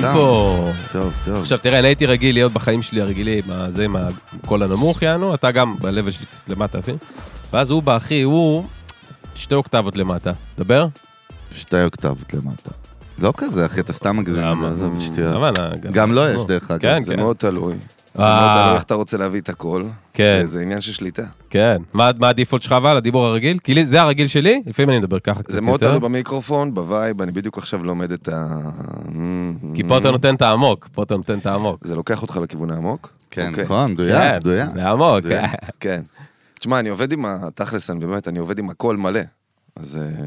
לא... טוב, טוב. עכשיו, תראה, אני הייתי רגיל להיות בחיים שלי הרגילי עם הזה, עם הקול הנמוך, יענו, אתה גם ב-level שלי קצת למטה, אחי. ואז הוא בא, אחי, הוא שתי אוקטבות למטה. דבר? שתי אוקטבות למטה. לא כזה, אחי, אתה סתם מגזים. למה? עזוב, שטויות. למה? אני- גם לו יש, נו. דרך אגב. כן, זה כן, זה מאוד תלוי. זה אה. מאוד תלוי איך אתה רוצה להביא את הכל. כן, זה עניין של שליטה. כן. מה מה הדיפולט שלך אבל, הדיבור הרגיל? כי לי- זה הרגיל שלי, לפעמים אני מדבר ככה קצת זה מאוד יותר. תלוי במיקרופון, בווייב, אני בדיוק עכשיו לומד את ה... כי פה אתה Mm. נותן את העמוק, פה אתה נותן את העמוק. זה לוקח אותך לכיוון העמוק? כן, אוקיי. נכון, כן, מדויק, מדויק. זה עמוק. מדויק. כן. תשמע, אני עובד עם ה... תכלס, אני באמת, אני עובד עם הכל מלא. אז... אה,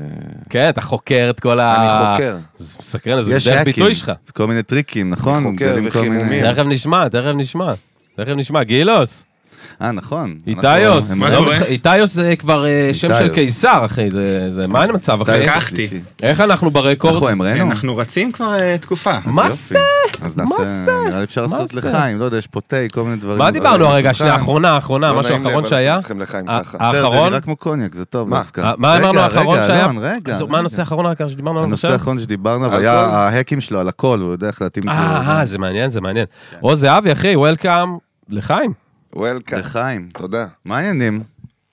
כן, אתה חוקר את כל ה... אני חוקר. זה מסקרן, זה יש דרך האקים, ביטוי שלך. זה כל מיני טריקים, נכון? חוקר מגלים כל מיני- וחימומים. תכף נשמע, תכף נשמע. תכף נשמע, גילוס, אה, נכון. איתיוס. אנחנו- מה לא הם- קורה? מת- איתיוס זה כבר אה, שם של איתיוס. קיסר, אחי, זה... זה- מה המצב, אחי? איתיוס. לקחתי. שלישי. איך אנחנו אנחנו ברקורד? המראנו? אה, אנחנו רצים כבר אה, תקופה. מה יופי. זה? אז מה נעשה, זה? נראה לי אפשר מה לעשות זה? לחיים, לא יודע, יש פה תה, כל מיני דברים. מה דיברנו הרגע? בשולחן. שנייה, האחרונה, האחרונה, לא משהו נעים לי, האחרון אבל שהיה? לעשות אתכם לחיים אה, ככה. אה, בסדר, האחרון? זה נראה כמו קוניאק, זה טוב מה? דווקא. אה, מה רגע, אמרנו האחרון רגע, שהיה? אלון, רגע. אז מה רגע. הנושא האחרון העיקר שדיברנו עליו כן. הנושא עכשיו? האחרון שדיברנו, אבל על היה הכל? ההקים שלו על הכל, הוא יודע איך להתאים את אה, אה, זה מעניין, זה מעניין. או זהבי, אחי, וולקאם לחיים. אה, וולקאם. כן. לחיים, תודה. מה העניינים?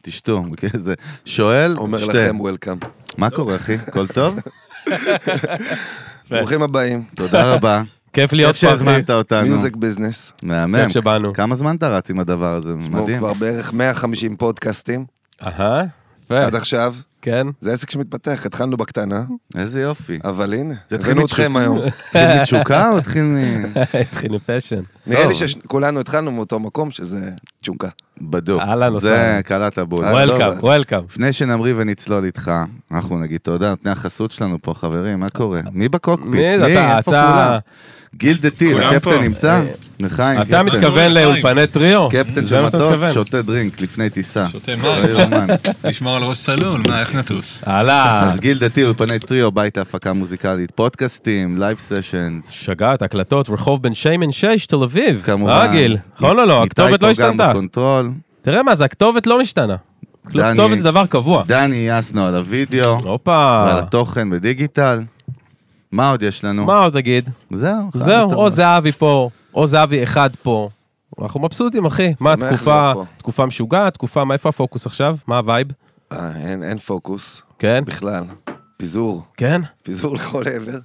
תשתו, מכיר את זה. שואל, אומר שתיהם. לכם וולקאם. מה קורה, אחי? הכל טוב? ברוכים הבאים. תודה רבה. כיף להיות כיף פה, אחי. שהזמנת אותנו. מיוזיק ביזנס. מהמם. כיף שבאנו. כמה זמן אתה רץ עם הדבר הזה? כמו מדהים. כבר בערך 150 פודקאסטים אהה, עד יפה, עכשיו. כן. זה עסק שמתפתח, התחלנו בקטנה, איזה יופי. אבל הנה, זה התחיל הבאנו מתשוקה. אתכם היום. התחיל מתשוקה או התחיל מ... התחיל עם פשן. נראה לי טוב. שכולנו התחלנו מאותו מקום שזה תשוקה. בדוק. אהלן, זה אהלן. קלעת בול. וולקאם, טוב, וולקאם. לפני שנמריא ונצלול איתך, אנחנו נגיד תודה, נותני החסות שלנו פה, חברים, מה קורה? מי בקוקפיט? מי זה? אתה- איפה אתה- אה, כולם? כן, גיל דה טיל, כולם הקפטן פה. נמצא? לחיים, אתה קפטן. מתכוון לאולפני טריו? קפטן זה של מה אתה מטוס מתכוון? שותה דרינק לפני טיסה. שותה לא מים, יאומן. לשמור על ראש צלול, מה, איך נטוס? אהלן. אז גיל דה טיל, אולפני טריו, בית ההפקה מוזיקלית, פודקאסטים, לייב סשנס. שגעת, הקלטות, רחוב בן שיימן 6, תל אביב. כמובן. אה, גיל? נכון או לא? הכתובת לא איתי פה גם השתנתה. בקונטרול. תראה מה זה, הכתובת לא משתנה. דני- כתובת זה דבר קבוע. דני יסנו על הוידאו, אה. הופה. ועל התוכן בדיגיטל. מה עוד יש לנו? מה עוד תגיד? זהו. חיים זהו, טוב. או זהבי פה, או זהבי אחד פה. אנחנו מבסוטים, אחי. מה, שמח תקופה, להיות פה. תקופה משוגעת? תקופה, מה, איפה הפוקוס עכשיו? מה הווייב? אה, אין, אין פוקוס כן? בכלל. פיזור, כן? פיזור לכל עבר.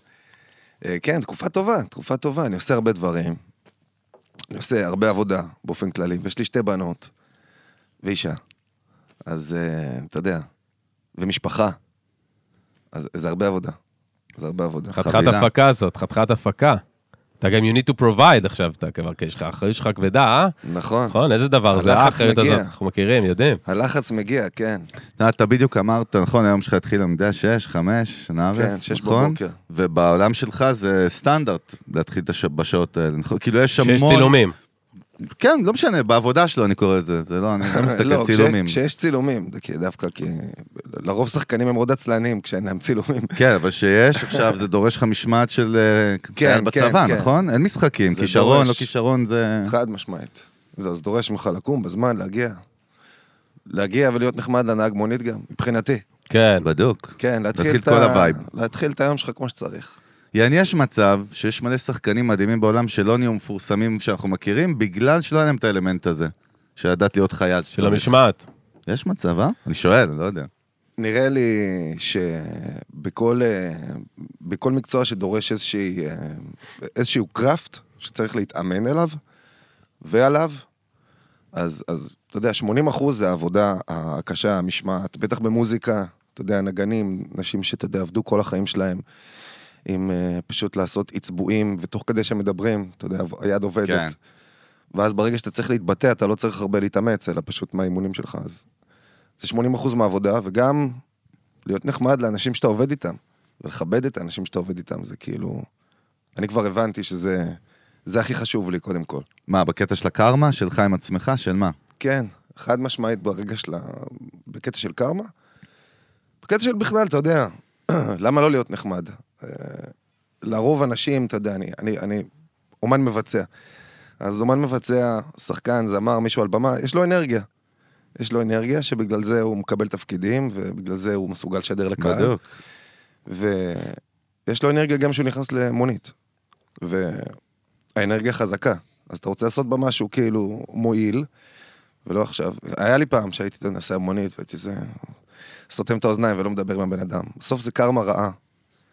אה, כן, תקופה טובה, תקופה טובה. אני עושה הרבה דברים. אני עושה הרבה עבודה באופן כללי, ויש לי שתי בנות ואישה. אז אה, אתה יודע, ומשפחה. אז זה הרבה עבודה. זה הרבה עבודה. חתיכת חבילה. הפקה זאת, חתיכת הפקה. אתה גם you need to provide עכשיו, אתה כבר, כי יש לך אחריות שלך כבדה, אה? נכון. נכון, איזה דבר זה, הלחץ האחריות מגיע. הזאת, אנחנו מכירים, יודעים. הלחץ מגיע, כן. אתה- אתה בדיוק אמרת, נכון, היום שלך התחיל עמידה 6, 5, נערף, כן, שש נכון? בבוקר. ובעולם שלך זה סטנדרט להתחיל את הש- בשעות האלה, נכון? כאילו יש המון... שיש צילומים. כן, לא משנה, בעבודה שלו אני קורא לזה, זה לא, אני גם מסתכל לא, כש- צילומים. כשיש צילומים, זה כי- דווקא כי... לרוב שחקנים הם מאוד עצלנים כשאין להם צילומים. כן, אבל שיש, עכשיו זה דורש לך משמעת של אה, כן, חייל כן, בצבא, כן. נכון? אין משחקים, זה כישרון, דורש. לא כישרון, זה... חד משמעית. לא, זה דורש ממך לקום בזמן, להגיע. להגיע ולהיות נחמד לנהג מונית גם, מבחינתי. כן. בדוק. כן, להתחיל להתחיל את כל הווייב. להתחיל את היום שלך כמו שצריך. יעני, יש מצב שיש מלא שחקנים מדהימים בעולם שלא נהיו מפורסמים שאנחנו מכירים, בגלל שלא היה להם את האלמנט הזה, של לדעת להיות חייל. של שצריך. המשמעת. יש מצב, אה? אני שואל, לא יודע. נראה לי שבכל אה, בכל מקצוע שדורש איזושהי, אה, איזשהו קראפט שצריך להתאמן אליו ועליו, אז, אז אתה יודע, 80 אחוז זה העבודה הקשה, המשמעת, בטח במוזיקה, אתה יודע, נגנים, נשים שאתה יודע, עבדו כל החיים שלהם עם אה, פשוט לעשות עצבועים, ותוך כדי שהם מדברים, אתה יודע, היד עובדת. כן. כן. ואז ברגע שאתה צריך להתבטא, אתה לא צריך הרבה להתאמץ, אלא פשוט מהאימונים שלך, אז... זה 80% מהעבודה, וגם להיות נחמד לאנשים שאתה עובד איתם, ולכבד את האנשים שאתה עובד איתם, זה כאילו... אני כבר הבנתי שזה... זה הכי חשוב לי, קודם כל. מה, בקטע של הקרמה? שלך עם עצמך? של מה? כן, חד משמעית ברגע של ה... בקטע של קרמה. בקטע של בכלל, אתה יודע, למה לא להיות נחמד? אה, לרוב אנשים, אתה יודע, אני, אני, אני אומן מבצע. אז אומן מבצע, שחקן, זמר, מישהו על במה, יש לו אנרגיה. יש לו אנרגיה שבגלל זה הוא מקבל תפקידים, ובגלל זה הוא מסוגל לשדר לקהל. בדוק. ויש לו אנרגיה גם כשהוא נכנס למונית. האנרגיה חזקה. אז אתה רוצה לעשות בה משהו כאילו מועיל, ולא עכשיו. היה לי פעם שהייתי אתה יודע, נוסע מונית והייתי זה... סותם את האוזניים ולא מדבר עם הבן אדם. בסוף זה קרמה רעה.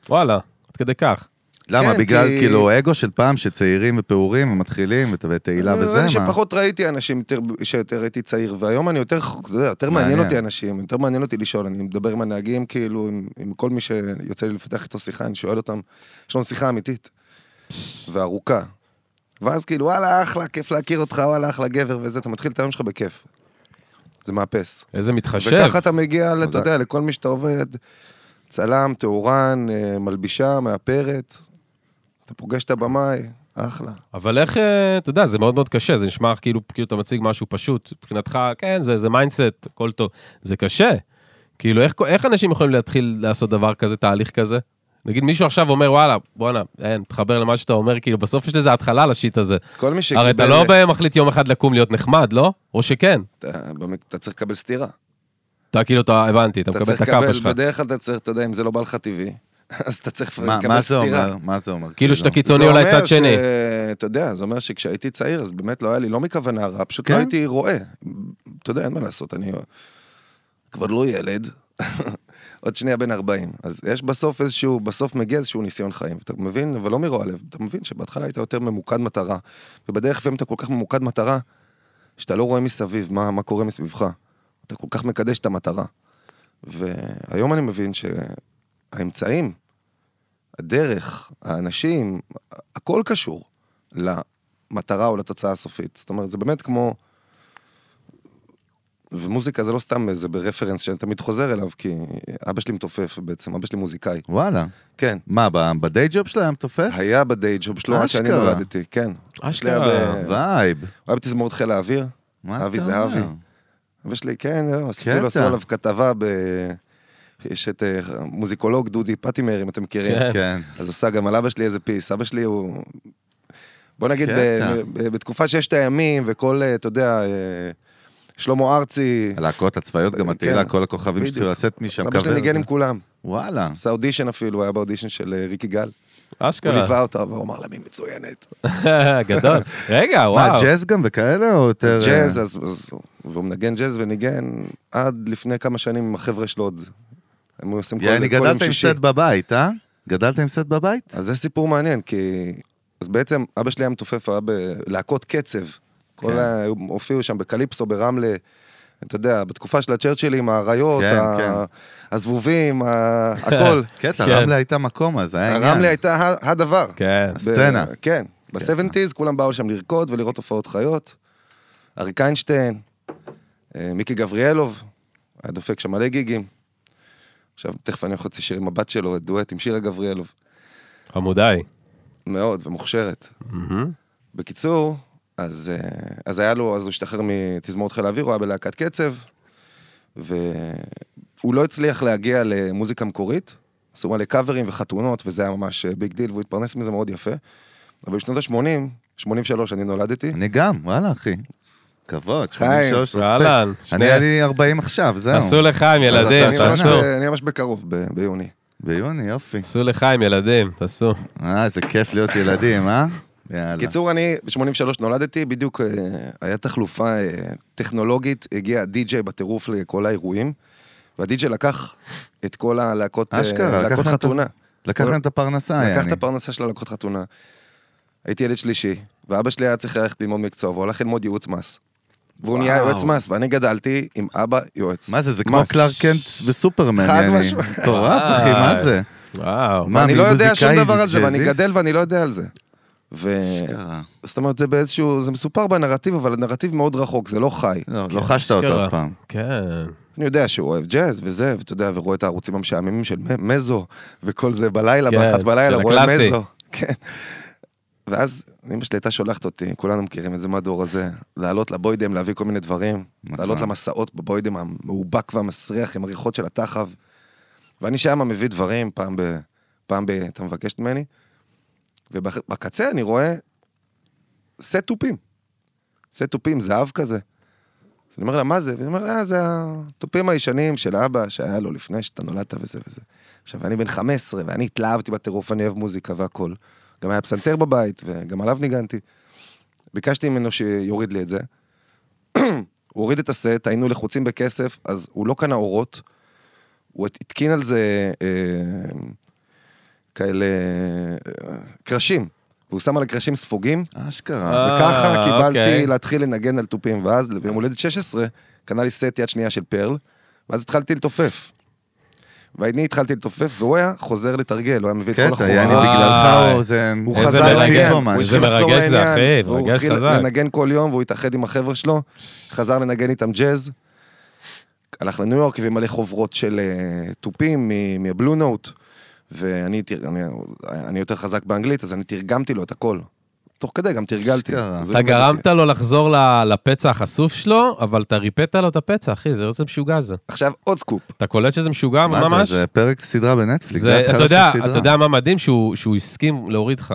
וואלה, עד כדי כך. למה? כן, בגלל כי- כאילו אגו של פעם שצעירים ופעורים ומתחילים ות- ותהילה נראה לי וזה, מה? אה, שפחות ראיתי אנשים יותר- שיותר הייתי צעיר, והיום אני יותר, אתה יודע, יותר מעניין מעניין. אותי אנשים, יותר מעניין אותי לשאול, אני מדבר עם הנהגים, כאילו, עם- עם כל מי שיוצא לי לפתח איתו שיחה, אני שואל אותם, יש לנו שיחה אמיתית, וארוכה. ואז כאילו, וואלה, אחלה, כיף להכיר אותך, וואלה, אחלה גבר וזה, אתה מתחיל את היום שלך בכיף. זה מאפס. איזה מתחשב. וככה אתה מגיע, אתה מזל. יודע, לכל מי שאתה עובד, צלם, תאורן, אה, מלבישה, מאפרת, אתה פוגש את הבמאי, אחלה. אבל איך, אה, אתה יודע, זה מאוד מאוד קשה, זה נשמע כאילו, כאילו אתה מציג משהו פשוט, מבחינתך, כן, זה, זה מיינדסט, הכל טוב. זה קשה. כאילו, איך, איך אנשים יכולים להתחיל לעשות דבר כזה, תהליך כזה? נגיד מישהו עכשיו אומר, וואלה, בואנה, אין, תחבר למה שאתה אומר, כאילו, בסוף יש לזה התחלה לשיט הזה. כל מי שקיבל... הרי אתה לא ב- מחליט יום אחד לקום להיות נחמד, לא? או שכן. אתה, במק- אתה צריך לקבל סטירה. אתה כאילו, אתה, הבנתי, אתה אתה מקבל צריך את הכאפה שלך. לקבל, בדרך כלל אתה צריך, אתה יודע, אם זה לא בא לך טבעי, אז אתה צריך מה- לקבל מה זה סטירה. אומר? מה זה אומר? כאילו שאתה קיצוני אולי צד שני. אתה יודע, זה אומר שכשהייתי צעיר, אז באמת לא היה לי לא מכוונה רע, פשוט כן. לא הייתי רואה. אתה יודע, אין מה לעשות, אני כבר לא ילד, עוד שנייה בן 40. אז יש בסוף איזשהו, בסוף מגיע איזשהו ניסיון חיים, אתה מבין, אבל לא מרוע לב, אתה מבין שבהתחלה היית יותר ממוקד מטרה, ובדרך לפעמים אתה כל כך ממוקד מטרה, שאתה לא רואה מסביב מה, מה קורה מסביבך. אתה כל כך מקדש את המטרה. והיום אני מבין שהאמצעים, הדרך, האנשים, הכל קשור למטרה או לתוצאה הסופית. זאת אומרת, זה באמת כמו... ומוזיקה זה לא סתם איזה ברפרנס שאני תמיד חוזר אליו, כי אבא שלי מתופף בעצם, אבא שלי מוזיקאי. וואלה. כן. מה, ב- בדיי ג'וב שלה היה מתופף? היה בדיי ג'וב שלו לא עד שאני אשכרה. נולדתי, כן. יש לי אשכרה. הרבה- אה, וייב. הוא היה בתזמורת חיל האוויר, מה אתה אבי זהבי. אומר? אבא שלי, כן, זהו, אספו קטע. לו, עשו עליו כתבה ב... יש את אה, המוזיקולוג דודי פטימר, אם אתם מכירים. כן. כן. אז עשה גם על אבא שלי איזה פיס. אבא שלי הוא... בוא נגיד, קטע. ב- ב- בתקופה שיש את הימים וכל, אה, אתה יודע, אה, שלמה ארצי, הלהקות הצבאיות, גם כן. התהילה, כל הכוכבים שצריכים בדיוק. לצאת משם. אז אבא שלי cover. ניגן עם כולם. וואלה. עשה אודישן אפילו, היה באודישן של אה, ריקי גל. הוא אשכרה. ליווה אותה והוא אמר לה, מי מצוינת. גדול. רגע, מה, וואו. ג'אז גם וכאלה, או יותר... אה? אז ג'אז, אז, אז, והוא מנגן ג'אז וניגן עד לפני כמה שנים עם החבר'ה שלו עוד. הם היו עושים כל יעני, כל יום גדלת עם שישי. סט בבית, אה? גדלת עם סט בבית? אז זה סיפור מעניין, כי... אז בעצם אבא שלי היה מתופף, היה בלהקות קצב. כן. כל ה... הופיעו שם בקליפסו, ברמלה, אתה יודע, בתקופה של הצ'רצ'ילים, האריות, כן, ה... כן. הזבובים, ה... הכל. קטע, כן. רמלה הייתה מקום אז, היה עניין. רמלה הייתה ה- הדבר. כן. הסצנה. ב... כן, בסבנטיז כולם באו שם לרקוד ולראות הופעות חיות. אריק איינשטיין, אה, מיקי גבריאלוב, היה דופק שם מלא גיגים. עכשיו, תכף אני יכול להוציא שיר עם הבת שלו, דואט עם שירה גבריאלוב. חמודיי. מאוד, ומוכשרת. מהמם. בקיצור, אז, אה, אז היה לו, אז הוא השתחרר מתזמורת חיל האוויר, הוא היה בלהקת קצב, והוא לא הצליח להגיע למוזיקה מקורית, עשו מלא קאברים וחתונות, וזה היה ממש אה, ביג דיל, והוא התפרנס מזה מאוד יפה. אבל בשנות ה-80, 83 אני נולדתי, אני גם, וואלה, אחי. כבוד, שמונה שלוש, רספקט. אהלן. אני, היה לי 40 עכשיו, זהו. תעשו לחיים, ילדים, אתה אני ממש, תעשו. אה, אני ממש בקרוב, ב- ביוני. ביוני, יופי. תעשו לחיים, ילדים, תעשו. אה, איזה כיף להיות ילדים, אה? יאללה. קיצור, אני ב-83 נולדתי, בדיוק אה, היה תחלופה אה, טכנולוגית, הגיע הדי-ג'יי בטירוף לכל האירועים, והדי-ג'יי לקח את כל הלהקות אה, אשכרה, לקח להקות להם את- חתונה. לקח להם את הפרנסה, לקח את אה, יעני. הפרנסה של הלקוחות חתונה. הייתי ילד שלישי, ואבא שלי היה צריך ללכת ללמוד מקצוע, והוא הלך ללמוד ייעוץ מס. והוא נהיה וואו. יועץ מס, ואני גדלתי עם אבא יועץ. מה זה, זה כמו מס. קלארק קנט וסופרמן, חד יעני. משמעית. מטורף, אחי, מה זה? וואו. מה, אני לא יודע שום מוזיקאי דבר על זה, ואני וג'אזיסט? גדל ואני לא יודע על זה. ו... אשכרה. זאת אומרת, זה באיזשהו, זה מסופר בנרטיב, אבל הנרטיב מאוד רחוק, זה לא חי. לא, לא חשת אותו כן, אשכרה. אף פעם. כן. אני יודע שהוא אוהב ג'אז וזה, ואתה יודע, ורואה את הערוצים המשעממים של מ- מזו, וכל זה בלילה, כן, באחת בלילה, של רואה הקלאסי. מזו. כן. ואז אמא שלי הייתה שולחת אותי, כולנו מכירים את זה מהדור הזה, לעלות לבוידם, להביא כל מיני דברים, נכון. לעלות למסעות בבוידם המאובק והמסריח עם הריחות של התחב. ואני שם מביא דברים, פעם ב... פעם ב... אתה מבקש ממני, ובקצה אני רואה סט תופים. סט תופים, זהב כזה. אז אני אומר לה, מה זה? והיא אומרת, אה, זה התופים הישנים של אבא שהיה לו לפני שאתה נולדת וזה וזה. עכשיו, אני בן 15, ואני התלהבתי בטירוף, אני אוהב מוזיקה והכול. גם היה פסנתר בבית, וגם עליו ניגנתי. ביקשתי ממנו שיוריד לי את זה. הוא הוריד את הסט, היינו לחוצים בכסף, אז הוא לא קנה אורות. הוא התקין על זה אה, כאלה אה, קרשים, והוא שם על הקרשים ספוגים. אשכרה. אה, וככה אוקיי. קיבלתי להתחיל לנגן על תופים, ואז ביום הולדת 16 קנה לי סט יד שנייה של פרל, ואז התחלתי לתופף. ואני התחלתי לתופף, והוא היה חוזר לתרגל, הוא היה מביא את כל כן, קטע, כן, יעני וואי. החומרה. בגללך אוזן. הוא איזה חזר מרגש, איזה ציין. לציין, הוא התחיל לחזור מרגש זה, אחי, לעניין, והוא מרגש התחיל חזק. לנגן כל יום, והוא התאחד עם החבר'ה שלו, חזר לנגן איתם ג'אז. הלך לניו יורק והביא מלא חוברות של אה, תופים מ- מהבלו נוט, ואני תר- אני- אני יותר חזק באנגלית, אז אני תרגמתי לו את הכל. תוך כדי גם תרגלתי. אשכרה. אז הוא אתה לימד גרמת אותי. כן. לו לחזור ל- לפצע החשוף שלו, אבל אתה ריפאת לו את הפצע, אחי, זה איזה משוגע זה. עכשיו עוד סקופ. אתה קולט שזה משוגע ממש? מה זה, זה פרק סדרה בנטפליקס, זה זה, התחלה אתה של יודע, סדרה. אתה יודע מה מדהים? שהוא, שהוא הסכים להוריד לך.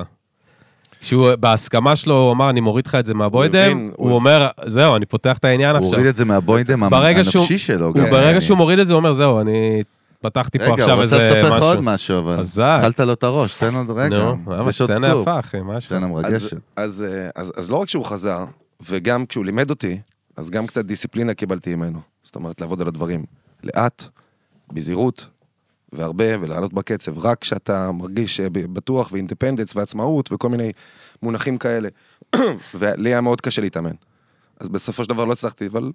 שהוא, בהסכמה שלו, הוא אמר, אני מוריד לך את זה מהבוידם, הבין, הוא, הוא אומר, זהו, אני פותח את העניין הוא עכשיו. הוריד את זה מהבוידם ברגע שהוא- הנפשי שלו. הוא גם, ברגע יעני. שהוא מוריד את זה, הוא אומר, זהו, אני פתחתי פה רגע, הוא עכשיו רצה איזה לספר לך עוד משהו. משהו, אבל חזק. אכלת לו את הראש, תן עוד רגע. נו, ממש יש עוד סצנה סקופ. יפה, אחי, מה יש לך? סצנה אז, מרגשת. אז, אה, אז, אז לא רק שהוא חזר, וגם כשהוא לימד אותי, אז גם קצת דיסציפלינה קיבלתי ממנו. זאת אומרת, לעבוד על הדברים לאט, בזהירות, והרבה, ולעלות בקצב, רק כשאתה מרגיש אה, ב- בטוח ואינדפנדנס ועצמאות וכל מיני מונחים כאלה. ולי היה מאוד קשה להתאמן. אז בסופו של דבר לא הצלחתי, אבל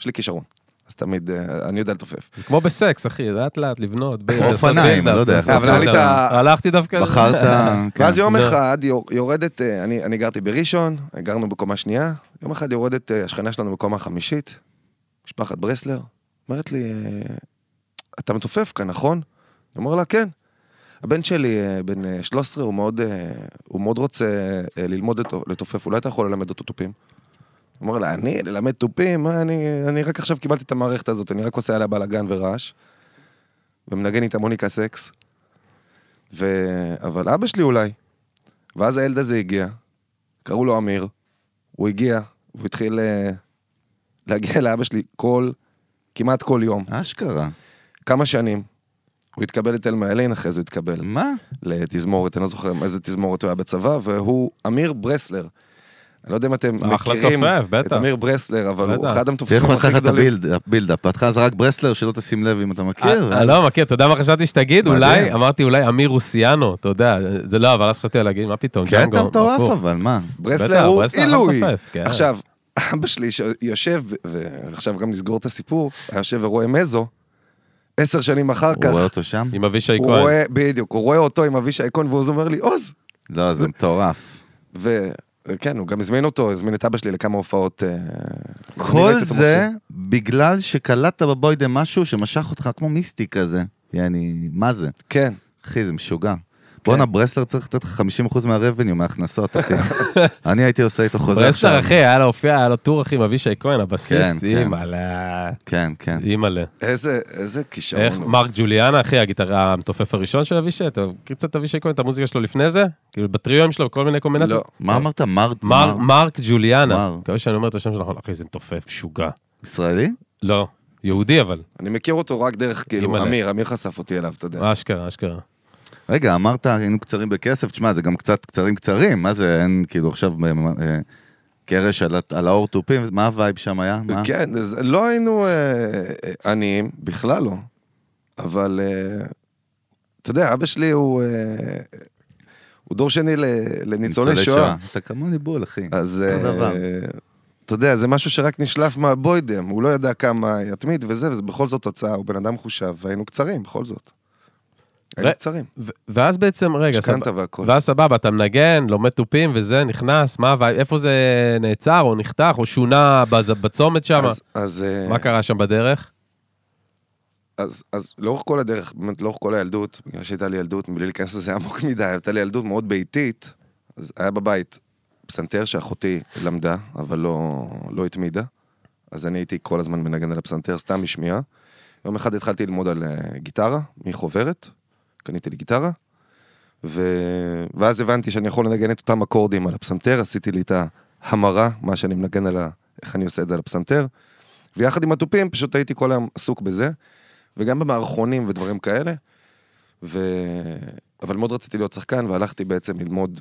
יש לי כישרון. אז תמיד, אה, אני יודע לתופף. זה כמו בסקס, אחי, לאט לאט לבנות. ב- אופניים, לעשות אני build-up, לא יודע. לעשות אבל היה לי את ה- build-up. הלכתי דווקא... בחרת... כן. ואז יום לא. אחד יור- יורדת, אה, אני, אני גרתי בראשון, גרנו בקומה שנייה, יום אחד יורדת אה, השכנה שלנו בקומה חמישית, משפחת ברסלר, אומרת לי, אה, אתה מתופף כאן, נכון? אני אומר לה, כן. הבן שלי, אה, בן אה, 13, הוא מאוד, אה, הוא מאוד רוצה אה, ללמוד לתו- לתופף, אולי אתה יכול ללמד אותו תופים? הוא אומר לה, אני? ללמד תופים? מה, אני, אני רק עכשיו קיבלתי את המערכת הזאת, אני רק עושה עליה בלאגן ורעש. ומנגן איתה מוניקה סקס. ו... אבל אבא שלי אולי. ואז הילד הזה הגיע, קראו לו אמיר, הוא הגיע, והוא התחיל אה, להגיע לאבא שלי כל, כמעט כל יום, אשכרה. כמה כמה שנים. הוא התקבל לתל מאלין, אחרי זה הוא התקבל מה? לתזמורת, אני לא זוכר איזה תזמורת הוא היה בצבא, והוא אמיר ברסלר. אני לא יודע אם אתם אחלה מכירים תופף, בטח. את אמיר ברסלר, אבל הוא בטח. אחד תראה המתופפים איך הוא עשה הכי לך את גדולים. הבילד- הבילדאפ. בהתחלה זה רק ברסלר, שלא תשים לב אם אתה מכיר. אה, ואז- לא, מכיר, אתה יודע מה חשבתי שתגיד? מדהים. אולי, אמרתי אולי אמיר רוסיאנו, אתה יודע, זה לא, אבל אז חשבתי להגיד, מה פתאום, קטע ג'אנגו, מטורף הפוך. אבל, מה? ברסלר בטח, הוא ברסלר אחלה עילוי. מתופף, כן. עכשיו, אבא שלי שיושב, ועכשיו גם נסגור את הסיפור, היה יושב ורואה מזו, עשר שנים אחר הוא כך, רואה אותו שם? עם אבישי הוא כהן. רואה, בדיוק, הוא רואה אותו עם אבישי כהן, והוא אומר לי, עוז, לא, זה מטורף. וכן, הוא גם הזמין אותו, הזמין את אבא שלי לכמה הופעות. אה, אני כל ראיתי אותו זה מופיע. בגלל שקלטת בבוידם משהו שמשך אותך כמו מיסטי כזה. יעני, מה זה? כן. אחי, זה משוגע. בואנה, ברסלר צריך לתת לך 50% מהרבניו, מההכנסות, אחי. אני הייתי עושה איתו חוזה עכשיו. ברסלר, אחי, היה לו הופיע, היה לו טור, אחי, עם אבישי כהן, כן, הבסיסט, כן. אימא'לה, כן, כן. אימא'לה. איזה, איזה כישרון. איך הוא. מרק ג'וליאנה, אחי, הגיטרה, המתופף הראשון של אבישי, אתה מכיר קצת את אבישי כהן, את המוזיקה שלו לפני זה? כאילו, בטריואים שלו, כל מיני לא, קומבינציות? מה אמרת? מרט? מר- מר- מרק ג'וליאנה, מר. מקווה שאני אומר את השם שלו נכון, אחי, זה מתופף, משוגע. ישראלי? לא, יהודי אבל, אני מכיר אותו רק דרך, כאילו, אימא'לה. אמיר, אמיר חשף אותי אליו, אתה יודע. אשכרה, אשכרה. רגע, אמרת, היינו קצרים בכסף, תשמע, זה גם קצת קצרים קצרים, מה זה, אין כאילו עכשיו אה, קרש על ה- על האור תופים, מה הווייב שם היה? מה? כן, אז לא היינו אה, עניים, בכלל לא. אבל אה, אתה יודע, אבא שלי הוא אה, הוא דור שני ל- לניצולי שואה. אתה כמוני בול, אחי. אז אותו אה, דבר. אתה יודע, זה משהו שרק נשלף מהבוידם, הוא לא ידע כמה יתמיד וזה, וזה בכל זאת תוצאה, הוא בן אדם מחושב, והיינו קצרים, בכל זאת. ו- היינו קצרים, ו- ואז בעצם, רגע, משכנתה סבבה. והכל. ואז סבבה, אתה מנגן, לומד תופים וזה, נכנס, מה, הווי- איפה זה נעצר או נחתך או שונה בז- בצומת שם? אז- אז אה, מה קרה שם בדרך? אז, אז לאורך כל הדרך, באמת לאורך כל הילדות, בגלל שהייתה לי ילדות, מבלי להיכנס לזה עמוק מדי, הייתה לי ילדות מאוד ביתית, אז היה בבית פסנתר שאחותי למדה, אבל לא, לא התמידה, אז אני הייתי כל הזמן מנגן על הפסנתר, סתם משמיעה. יום אחד התחלתי ללמוד על אה, גיטרה, מחוברת, קניתי לי גיטרה, ו... ואז הבנתי שאני יכול לנגן את אותם אקורדים על הפסנתר, עשיתי לי את ההמרה, מה שאני מנגן על ה... איך אני עושה את זה על הפסנתר, ויחד עם התופים פשוט הייתי כל היום עסוק בזה. וגם במערכונים ודברים כאלה. ו... אבל מאוד רציתי להיות שחקן, והלכתי בעצם ללמוד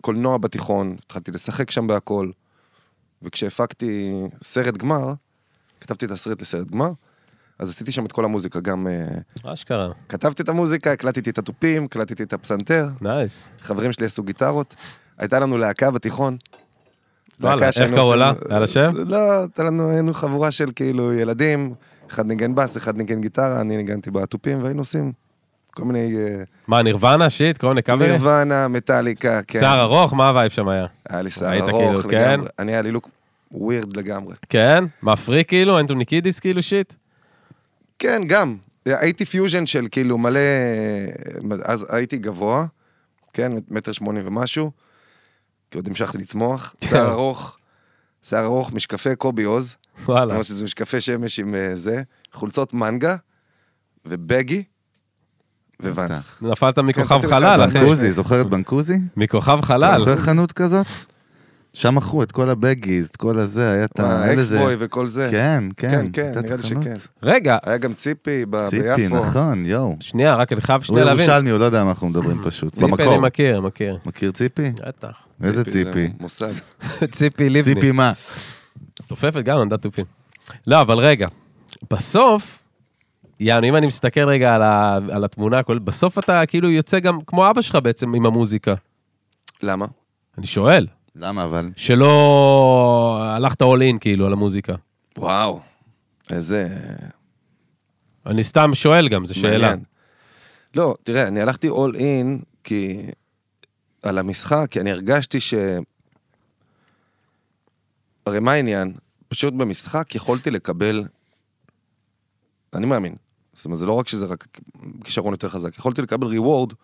קולנוע בתיכון, התחלתי לשחק שם בהכל, וכשהפקתי סרט גמר, כתבתי את הסרט לסרט גמר, אז עשיתי שם את כל המוזיקה, גם אה, אשכרה, כתבתי את המוזיקה, הקלטתי את התופים, הקלטתי את הפסנתר, נייס. חברים שלי עשו גיטרות, הייתה לנו להקה בתיכון. וואלה, להקה איך שהיינו קראו עושים- לה? היה לה שם? לא, הייתה לנו, היינו חבורה של כאילו ילדים, אחד ניגן בס, אחד ניגן גיטרה, אני ניגנתי בתופים, והיינו עושים כל מיני... אה, מה, נירוונה, שיט, כל מיני קאברים? נירוונה, מטאליקה, כן. שיער ארוך, מה הווייב שם היה? היה לי היית שיער כאילו, ארוך כן? לגמרי. אני, היה לי לוק ווירד לגמרי. כן? מה, פרי כאילו? אנטום ניקידיס כאילו שיט? כן, גם. הייתי פיוז'ן של כאילו מלא... אז הייתי גבוה, כן, מטר שמונים ומשהו, כי עוד המשכתי לצמוח. כן. שיער ארוך, שיער ארוך, משקפי קובי עוז. זאת וואלה. אומרת שזה משקפי שמש עם אה, זה, חולצות מנגה, ובגי, וואנס. נפלת מכוכב כן, חלל, חזן. אחי. בנקוז. בנקוזי, זוכר את בנקוזי? מכוכב אתה חלל. זוכר חנות כזאת? שם מכרו את כל הבגיז, את כל הזה, היה את ה... היה אה, לזה- האקסבוי וכל זה. כן, כן. כן, הייתה כן, נראה לי תחנות. שכן. רגע, היה גם ציפי ב- ציפי, ביפו. נכון, יואו. שנייה, רק אני חייב הוא שנייה להבין. ירושלמי, הוא לא יודע מה אנחנו מדברים פשוט. ציפי במקור. אני מכיר, מכיר. מכיר ציפי? בטח. איזה זה ציפי? מוסד. ציפי לבני. ציפי מה? תופפת גם עמדת תופים. לא, אבל רגע, בסוף, יענו, אם אני מסתכל רגע על, ה, על התמונה, הכל, בסוף אתה כאילו יוצא גם כמו אבא שלך בעצם עם המוזיקה. למה? אני שואל, למה אבל? שלא הלכת all in כאילו על המוזיקה. וואו. איזה... אני סתם שואל גם, זו שאלה. מעניין. לא, תראה, אני הלכתי all in כי... על המשחק, כי אני הרגשתי ש... הרי מה העניין? פשוט במשחק יכולתי לקבל... אני מאמין. זאת אומרת, זה לא רק שזה רק כישרון יותר חזק, יכולתי לקבל reward,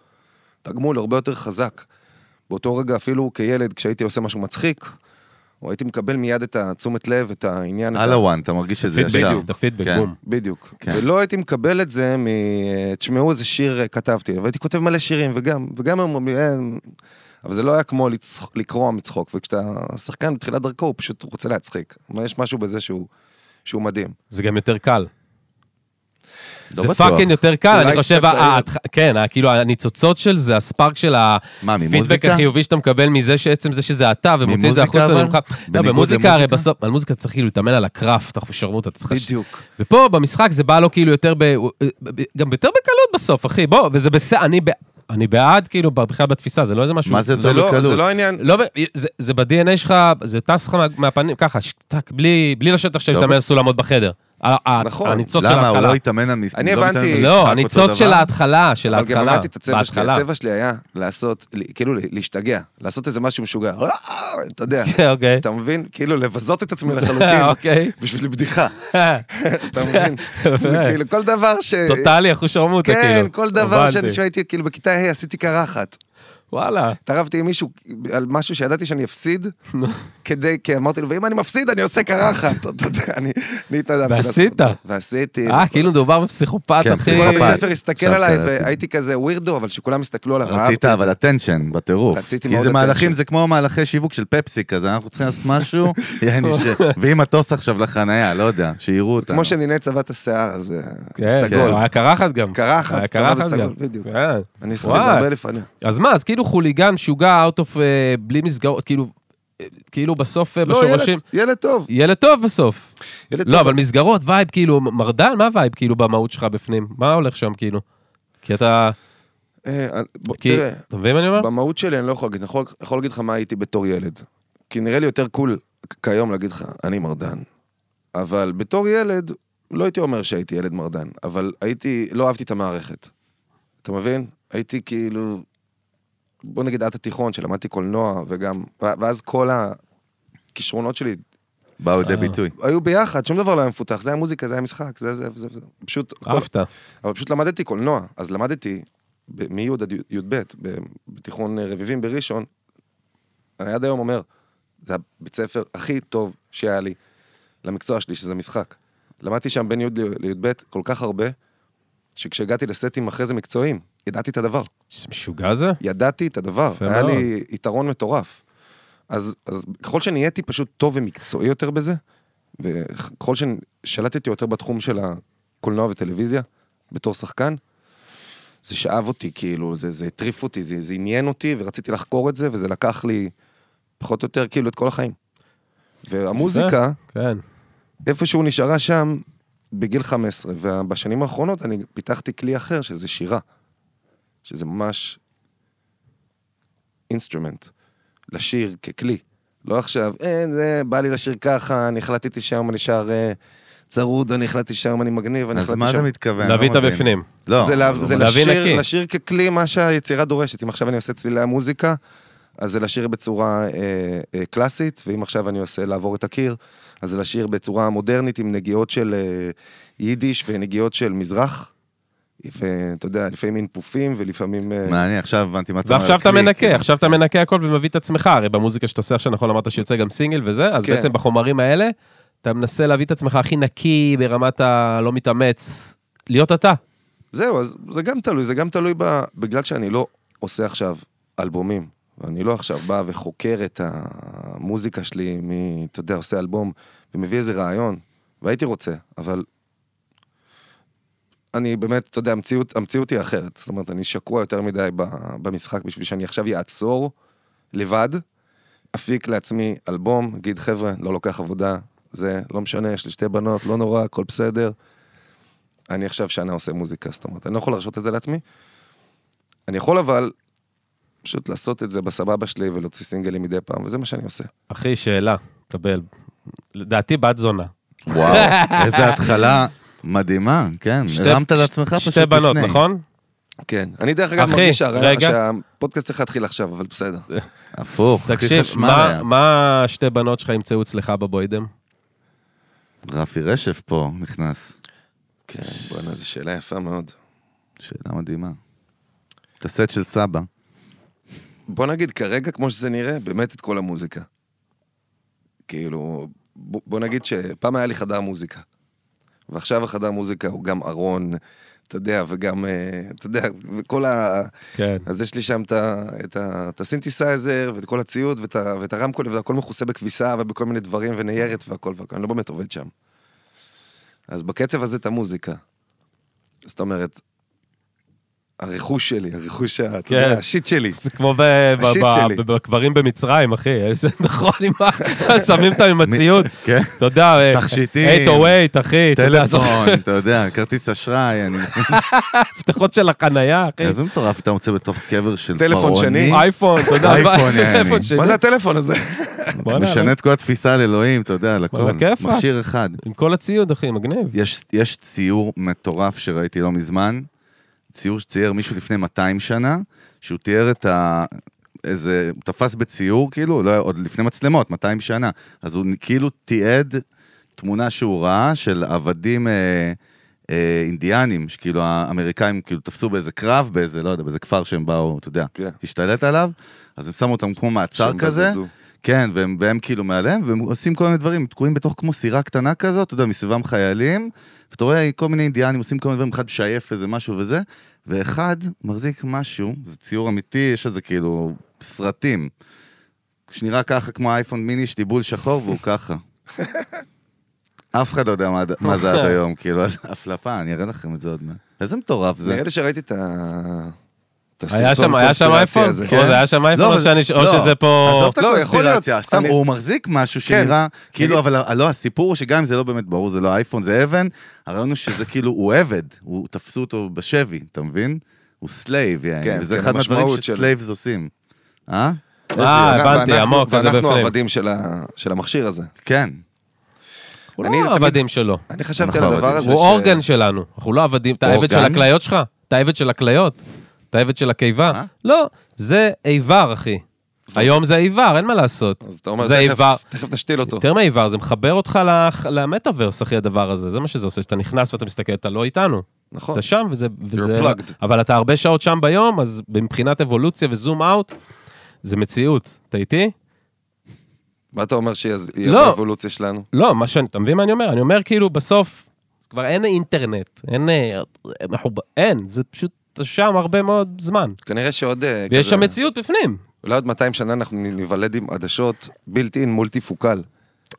תגמול הרבה יותר חזק. באותו רגע אפילו כילד, כשהייתי עושה משהו מצחיק, או הייתי מקבל מיד את התשומת לב, את העניין. את ה- על הוואן, אתה מרגיש את זה ישר. פידבק, את הפידבק, כן. בום. בדיוק. כן. כן. ולא הייתי מקבל את זה מ... תשמעו איזה שיר אה, כתבתי, והייתי כותב מלא שירים, וגם, וגם הם אומרים, אין... אבל זה לא היה כמו לצח... לקרוע מצחוק, וכשאתה שחקן בתחילת דרכו, הוא פשוט רוצה להצחיק. אבל יש משהו בזה שהוא, שהוא מדהים. זה גם יותר קל. לא זה בטוח. פאקינג יותר קל, אולי אני חושב, קצת צעיר. ה- ה- כן, ה- כאילו הניצוצות של זה, הספארק של ה... מה, פידבק ממוזיקה? החיובי שאתה מקבל מזה שעצם זה שזה אתה ומוציא את זה ממוזיקה החוצה אבל? ממך. לא, בניגוד במוזיקה הרי למוזיקה? בסוף, על מוזיקה צריך כאילו להתאמן על הקראפט, אנחנו שרמוטה, צריך... בדיוק. ופה במשחק זה בא לו כאילו יותר ב... גם יותר בקלות בסוף, אחי, בוא, וזה בסדר, אני ב- אני בעד, כאילו, בכלל בתפיסה, זה לא איזה משהו... מה זה זה יותר לא, זה בקלות? לא העניין... לא, ב- זה- זה ב-DNA שלך, זה טס לך מה- מהפנים, ככה, ש- טק, בלי בלי לשבת עכשיו לא להתאמן ב- על סולמות בחדר. ה- ה- נכון. הניצוץ של למה, הוא ההתחלה. לא התאמן על מס- אני לא מתאמן הבנתי- במשחק לא, אותו הניצוץ של דבר? ההתחלה, של אבל גם ההתחלה. למדתי את הצבע שלי, בהתחלה. הצבע שלי היה לעשות, כאילו להשתגע, לעשות איזה משהו משוגע, אתה יודע, כן, אוקיי. אתה מבין? כאילו לבזות את עצמי לחלוטין, אוקיי. בשביל בדיחה, אתה מבין? זה באמת. כאילו כל דבר ש... טוטאלי, אחוש שרמוטה, אוקיי. כאילו. כן, כל דבר הבנתי. שאני שהייתי, כאילו בכיתה ה' עשיתי קרחת. וואלה. התערבתי עם מישהו על משהו שידעתי שאני אפסיד, כדי, כי אמרתי לו, ואם אני מפסיד, אני עושה קרחת. אתה יודע, אני אני התנדבתי. ועשית. לעשות- ועשיתי. אה, כאילו מדובר בפסיכופת, כן, אחי. כל פסיכופת. הבית ספר הסתכל עכשיו עליי, קלטתי. והייתי כזה ווירדו, אבל שכולם הסתכלו עליו. רצית אהבתי את אבל הטנשן, בטירוף. רציתי כי מאוד זה מהלכים, attention. זה כמו מהלכי שיווק של פפסי כזה, אנחנו צריכים לעשות משהו, יעני ש... ועם מטוס עכשיו לחנייה, לא יודע, שיראו זה. אותנו. כמו שנינה צבע את השיער, אז אה, כן, סגול. כן, היה קרחת גם. קרחת, היה צבע קרחת וסגול, גם. בדיוק. כן. אני עשיתי את וואי. זה הרבה לפניה. אז מה, אז כאילו חוליגן, משוגע, אאוט אוף, אה, בלי מסגרות, כאילו, אה, כאילו בסוף, אה, לא, ילד- בשורשים. ילד טוב. ילד טוב בסוף. ילד לא, טוב. אבל מסגרות, וייב, כאילו, מרדן, מה וייב, כאילו, במהות שלך בפנים? מה הולך שם, כאילו? כי אתה... אה, בוא, כי... תראה. אתה מבין מה אני אומר? במהות שלי אני לא יכול להגיד, אני יכול, יכול להגיד לך מה הייתי בתור ילד. כי נראה לי יותר קול כ- כיום להגיד לך, אני מרדן. אבל בתור ילד, לא הייתי אומר שהייתי ילד מרדן, אבל הייתי, לא אהבתי את המערכת. אתה מבין? הייתי כאילו, בוא נגיד עד התיכון, שלמדתי קולנוע, וגם, ו- ואז כל הכישרונות שלי באו לידי אה. ביטוי. היו ביחד, שום דבר לא היה מפותח, זה היה מוזיקה, זה היה משחק, זה זה, זה, זה, פשוט, כל- עפת. אבל פשוט למדתי קולנוע, אז למדתי ב- מי' עד י- י"ב, ב- בתיכון אה, רביבים בראשון, אני עד היום אומר, זה הבית ספר הכי טוב שהיה לי למקצוע שלי, שזה משחק. למדתי שם בין י' ל- לי"ב כל כך הרבה, שכשהגעתי לסטים אחרי זה מקצועיים, ידעתי את הדבר. שזה משוגע זה? ידעתי את הדבר, יפה היה מאוד. לי יתרון מטורף. אז, אז ככל שנהייתי פשוט טוב ומקצועי יותר בזה, וככל ששלטתי יותר בתחום של הקולנוע וטלוויזיה, בתור שחקן, זה שאב אותי, כאילו, זה, זה הטריף אותי, זה, זה עניין אותי, ורציתי לחקור את זה, וזה לקח לי פחות או יותר, כאילו, את כל החיים. והמוזיקה, כן. איפשהו נשארה שם בגיל 15, ובשנים האחרונות אני פיתחתי כלי אחר, שזה שירה. שזה ממש אינסטרומנט, לשיר ככלי. לא עכשיו, אין, זה, בא לי לשיר ככה, אני החלטתי שהיום אני שר אה, צרוד, אני החלטתי שהיום אני מגניב, אני אז החלטתי מה אתה שהיום... מתכוון? להביא את לא מבין. הבפנים. לא. זה, לה, זה אבל- להביא לשיר, נקי. לשיר ככלי מה שהיצירה דורשת. אם עכשיו אני עושה צלילי המוזיקה, אז זה לשיר בצורה אה, אה, קלאסית, ואם עכשיו אני עושה לעבור את הקיר, אז זה לשיר בצורה מודרנית עם נגיעות של אה, יידיש ונגיעות של מזרח. ואתה יודע, לפעמים אינפופים ולפעמים... אה, מעניין, עכשיו הבנתי מה אתה אומר. ועכשיו אתה כלי, מנקה, כאילו. עכשיו אתה מנקה הכל ומביא את עצמך, הרי במוזיקה שאתה עושה עכשיו, נכון, אמרת שיוצא גם סינגל וזה, אז כן. בעצם בחומרים האלה, אתה מנסה להביא את עצמך הכי נקי ברמת הלא מתאמץ, להיות אתה. זהו, אז זה גם תלוי, זה גם תלוי ב... בגלל שאני לא עושה עכשיו אלבומים, ואני לא עכשיו בא וחוקר את המוזיקה שלי, מ... אתה יודע, עושה אלבום ומביא איזה רעיון, והייתי רוצה, אבל... אני באמת, אתה יודע, המציאות, המציאות היא אחרת. זאת אומרת, אני שקוע יותר מדי ב, במשחק בשביל שאני עכשיו אעצור לבד, אפיק לעצמי אלבום, אגיד, חבר'ה, לא לוקח עבודה, זה לא משנה, יש לי שתי בנות, לא נורא, הכל בסדר. אני עכשיו שנה עושה מוזיקה, זאת אומרת, אני לא יכול להרשות את זה לעצמי. אני יכול אבל פשוט לעשות את זה בסבבה שלי ולהוציא סינגלים מדי פעם, וזה מה שאני עושה. אחי, שאלה, קבל. לדעתי בת זונה. וואו, איזה התחלה מדהימה, כן. שתי- הרמת ש- לעצמך פשוט לפני. שתי בנות, נכון? כן. אני דרך אגב אחי, מרגיש רגע. שהרעיון שהפודקאסט צריך להתחיל עכשיו, אבל בסדר. הפוך, הכי תקשיב, חשמל מה- היה. מה שתי בנות שלך ימצאו אצלך בבוידם? רפי רשף פה נכנס. כן, בוא'נה, זו שאלה יפה מאוד. שאלה מדהימה. את הסט של סבא. בוא נגיד, כרגע, כמו שזה נראה, באמת את כל המוזיקה. כאילו, ב- בוא נגיד שפעם היה לי חדר מוזיקה. ועכשיו החדר מוזיקה הוא גם ארון, אתה יודע, וגם, אה, אתה יודע, וכל ה... כן. אז יש לי שם את ה- את ה- את הסינתסייזר ואת כל הציוד ואת ה- ואת הרמקולים והכל מכוסה בכביסה ובכל מיני דברים וניירת והכל והכל, אני לא באמת עובד שם. אז בקצב הזה את המוזיקה. זאת אומרת, הרכוש שלי, הרכוש, ה- אתה כן. יודע, השיט שלי. זה כמו ב- ב- השיט ב- שלי. ב- בקברים במצרים, אחי. זה נכון, עם ה- שמים אותם עם מי- הציוד. כן. אתה יודע, תכשיטים. 808, אחי. אתה יודע, טלפון, אתה יודע, כרטיס אשראי, אני... המפתחות של החנייה, אחי. איזה מטורף אתה מוצא בתוך קבר של פרעונים. טלפון שני. אייפון, אתה יודע. אייפון, מה- יעני. טלפון שני. מה זה הטלפון הזה? בואנה, משנה את כל התפיסה על אלוהים, אתה יודע, על הכל. וואלה, כיף, אה? מכשיר אחד. עם כל הציוד, אחי, מגניב. יש, יש ציור מטורף שראיתי לא מזמן, ציור שצייר מישהו לפני 200 שנה, שהוא תיאר את ה... איזה... הוא תפס בציור, כאילו, לא, היה- עוד לפני מצלמות, 200 שנה. אז הוא כאילו תיעד תמונה שהוא ראה של עבדים אה, אה, אינדיאנים, שכאילו האמריקאים כאילו תפסו באיזה קרב, באיזה, לא יודע, באיזה כפר שהם באו, אתה יודע, כן. השתלט עליו, אז הם שמו אותם כמו מעצר שהם כזה. בזזו. כן, והם, והם כאילו מעליהם, והם עושים כל מיני דברים, תקועים בתוך כמו סירה קטנה כזאת, אתה יודע, מסביבם חיילים, ואתה רואה כל מיני אינדיאנים עושים כל מיני דברים, אחד משייף איזה משהו וזה, ואחד מחזיק משהו, זה ציור אמיתי, יש על זה כאילו סרטים, שנראה ככה כמו אייפון מיני, יש לי בול שחור והוא ככה. אף אחד לא יודע מה, מה זה אוקיי. עד היום, כאילו, הפלפה, אני אראה לכם את זה עוד מעט. איזה מטורף זה. נראה לי שראיתי את ה... את היה שם, הסרטון היה שם כן. קונספירציה אייפון? הזה. או זה היה שם אייפון? לא, או אבל- שאני- או לא. שזה פה... עזוב את לא, יכול להיות. הקונספירציה, סתם, אני- הוא מחזיק משהו שנראה, כאילו, אבל ה- לא, הסיפור הוא שגם אם זה לא באמת ברור, זה לא אייפון, זה אבן, הרעיון הוא שזה כאילו, הוא עבד, הוא תפסו אותו בשבי, אתה מבין? הוא סלייב, יעני, כן, וזה כן, אחד מהדברים המשמעות של- שסלייבס עושים. אה? אה, ואנחנו- הבנתי, עמוק, כזה ואנחנו בפנים. עבדים של ה- של המכשיר הזה. כן. הוא אני לא תמיד- עבדים שלו. אני חשבתי אנחנו על הדבר עבדים. הזה הוא ש- אורגן שלנו, אנחנו לא עבדים, אתה אורגן? עבד של הכליות שלך? אתה עבד של הכליות? אתה עבד של הקיבה? אה? לא, זה איבר, אחי. היום זה איבר, אין מה לעשות. אז אתה אומר, זה תכף- איבר. תכף נשתיל אותו. יותר מאיבר, זה מחבר אותך לח- למטאוורס, אחי, הדבר הזה. זה מה שזה עושה, שאתה נכנס ואתה מסתכל, אתה לא איתנו. נכון. אתה שם וזה... וזה plugged. אבל אתה הרבה שעות שם ביום, אז מבחינת אבולוציה וזום אאוט, זה מציאות. אתה איתי? מה אתה אומר שיהיה לא. באבולוציה שלנו? לא, מה שאני, אתה מבין מה אני אומר? אני אומר כאילו בסוף, כבר אין אינטרנט, אין, אה, מחוב- אין, זה פשוט, אתה שם הרבה מאוד זמן. כנראה שעוד... אה, ויש כזה- שם מציאות בפנים. אולי עוד 200 שנה אנחנו נ- ניוולד עם עדשות בילט אין מולטי פוקל.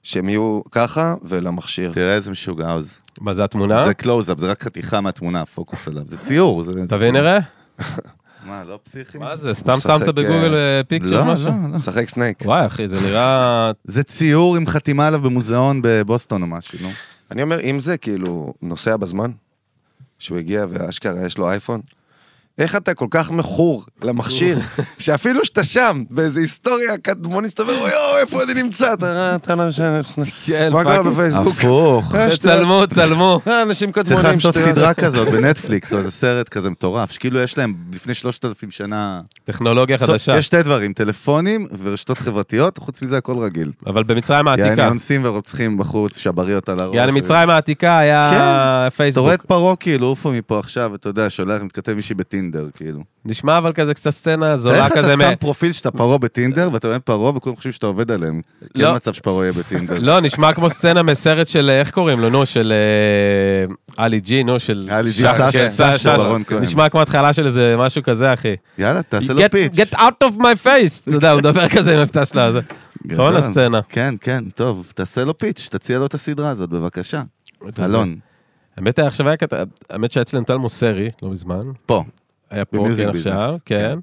שהם יהיו ככה ולמכשיר. תראה איזה משוגע עוז. מה זה התמונה? זה קלוז-אפ, זה רק חתיכה מהתמונה, הפוקוס עליו. זה ציור. זה- זה- תביא נראה? מה, לא פסיכי? מה זה, סתם משחק, שמת בגוגל אה, אה, פיקצ'ר לא, משהו? לא, לא. משחק סנייק. וואי, אחי, זה נראה... זה ציור עם חתימה עליו במוזיאון בבוסטון או משהו, נו. אני אומר, אם זה כאילו נוסע בזמן, שהוא הגיע ואשכרה יש לו אייפון, איך אתה כל כך מכור למכשיר, שאפילו שאתה שם, באיזו היסטוריה קדמונית, שאתה אומר, יואו, איפה אני נמצא? אתה אתה לא משנה, כן, מה קורה פאקינג. בפייסבוק? הפוך. אה, שטויות. צלמו, צלמו. אה, אנשים צריך קדמונים, לעשות סדרה כזאת בנטפליקס, או איזה סרט כזה מטורף, שכאילו יש להם לפני 3,000 שנה... טכנולוגיה חדשה. יש שתי דברים, טלפונים ורשתות חברתיות, חוץ מזה הכל רגיל. אבל במצרים יעני לא העתיקה. אונסים ורוצחים בחוץ, שבריות על הראש. יעני מצרים העתיקה היה כן, אתה רואה פייסבוק. את פרעה כאילו, עופו מפה עכשיו, אתה יודע, שולח, מתכתב מישהי בטינדר, כאילו. נשמע אבל כזה קצת סצנה זולה איך לא, כזה. אתה מ- שם פרופיל שאתה פרעה בטינדר, ואתה אומר פרעה, וכולם חושבים שאתה עובד עליהם. כי לא. אין מצב שפרעה יהיה בטינדר. לא, נשמע כמו סצנה מסרט של, אה, איך קוראים לו, נו, של אה, עלי ג'י, נו, של... עלי ג'י, שח- סשה, כן, סשה, סשה. ברון כהן. נשמע כמו התחלה של איזה משהו כזה, אחי. יאללה, תעשה לו Get- פיץ'. Get out of my face! אתה יודע, הוא מדבר כזה עם המבטא שלו. זה- גדול. כל הסצנה. כן, כן, טוב, תעשה לו פיץ', תציע לו את הסדרה הזאת, בבקשה. אלון, האמת, היה עכשיו היה כתב, האמת שהיה אצלנו טל מוסרי, לא מזמן. פה. היה פה, במיוזיק כן, ביזנס. עכשיו, כן.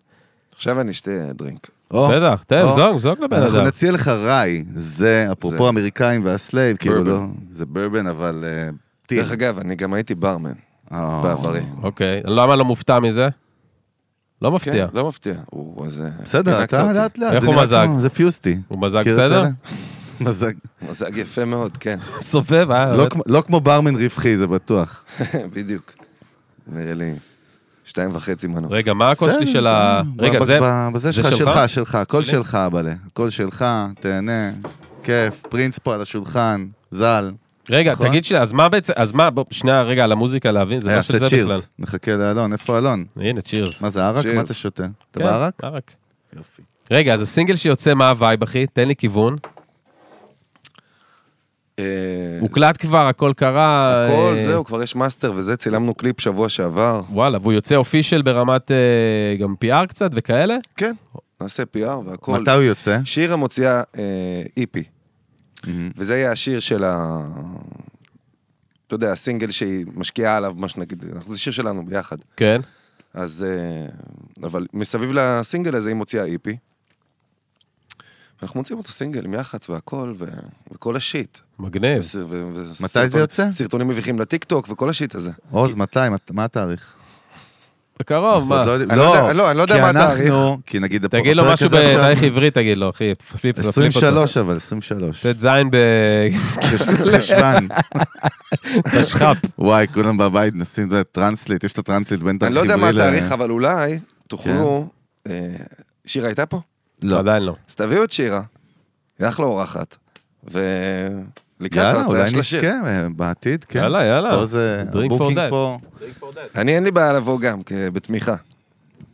עכשיו אני אשתה דרינק. או, בטח, תן, או. זוג, זוג לבן אנחנו אדם. נציע לך ראי, זה אפרופו זה- אמריקאים והסלייב, כאילו ברבן. לא, זה ברבן, אבל... אה, טיר. דרך אגב, אני גם הייתי ברמן אה, בעברי. אוקיי, למה לא מופתע מזה? לא מפתיע. כן, לא מפתיע. הוא איזה... בסדר, פירקת אתה אותי. לאט לאט. איך זה הוא נראה מזג? כמו- זה פיוסטי. הוא מזג מכיר את בסדר? אלה? מזג. מזג יפה מאוד, כן, סובב, אה? לא כמו- לא כמו ברמן רווחי, זה בטוח. בדיוק. נראה לי שתיים וחצי מנות. רגע, מה הקול שלי בסדר, של ה... ב- רגע, ב- זה... ב- בזה זה שלך, שלך? שלך, שלך, הכל שלך, אבאלה. הכל שלך, תהנה, כיף, פרינס פה על השולחן, ז"ל. רגע, נכון? תגיד שנייה, אז מה בעצם... אז מה, בוא, שנייה, רגע, על המוזיקה להבין, זה אה, לא של עשה זה בכלל. צ'ירס. נחכה לאלון, איפה אלון? הנה, צ'ירס. מה זה, ערק? Cheers. מה אתה שותה? אתה כן, בערק? ערק. יופי. רגע, אז הסינגל שיוצא, מה הווייב, אחי? תן לי כיוון. אה, הוקלט כבר, הכל קרה. הכל אה, זהו, כבר יש מאסטר וזה, צילמנו קליפ שבוע שעבר. וואלה, והוא יוצא אופישל ברמת אה, גם PR קצת וכאלה? כן, נעשה PR והכל. מתי הוא יוצא? שירה מוציאה אה, איפי, וזה יהיה השיר של ה... אתה יודע, הסינגל שהיא משקיעה עליו, מה שנגיד, אנחנו- זה שיר שלנו ביחד. כן. אז... אה, אבל מסביב לסינגל הזה היא מוציאה איפי. אנחנו מוציאים אותו סינגל עם יח"צ והכל, ו... וכל השיט. מגניב. וסר- ו- ו- כן. מתי סרטון- זה יוצא? סרטונים מביכים לטיקטוק וכל השיט הזה. עוז, מתי? מת- מה התאריך? בקרוב, מה? עוד לא יודעים- אני לא יודע- לא, אני לא יודע כי מה התאריך. אנחנו- כי נגיד, הפ- תגיד לו הפרק משהו הזה עכשיו- בתאריך עברי, תגיד לו, אחי. פליפ- פליפ- 23 אבל, 23. ט"ז ב... חשבן. תשח"פ. וואי, כולם בבית נשים את זה טרנסליט, יש את הטרנסליט בין אני תאריך לא יודע מה עברי ל- כן. התאריך, אבל אולי תוכלו... אה, שירה הייתה פה? לא. עדיין לא. אז תביאו את שירה, היא אחלה אורחת, ולקראת יאללה, ההרצאה אולי של השיר. נזכה אה, בעתיד, כן. יאללה, יאללה. פה זה, Drink for הבוקינג that. פה, אני אין לי בעיה לבוא גם, כ- בתמיכה.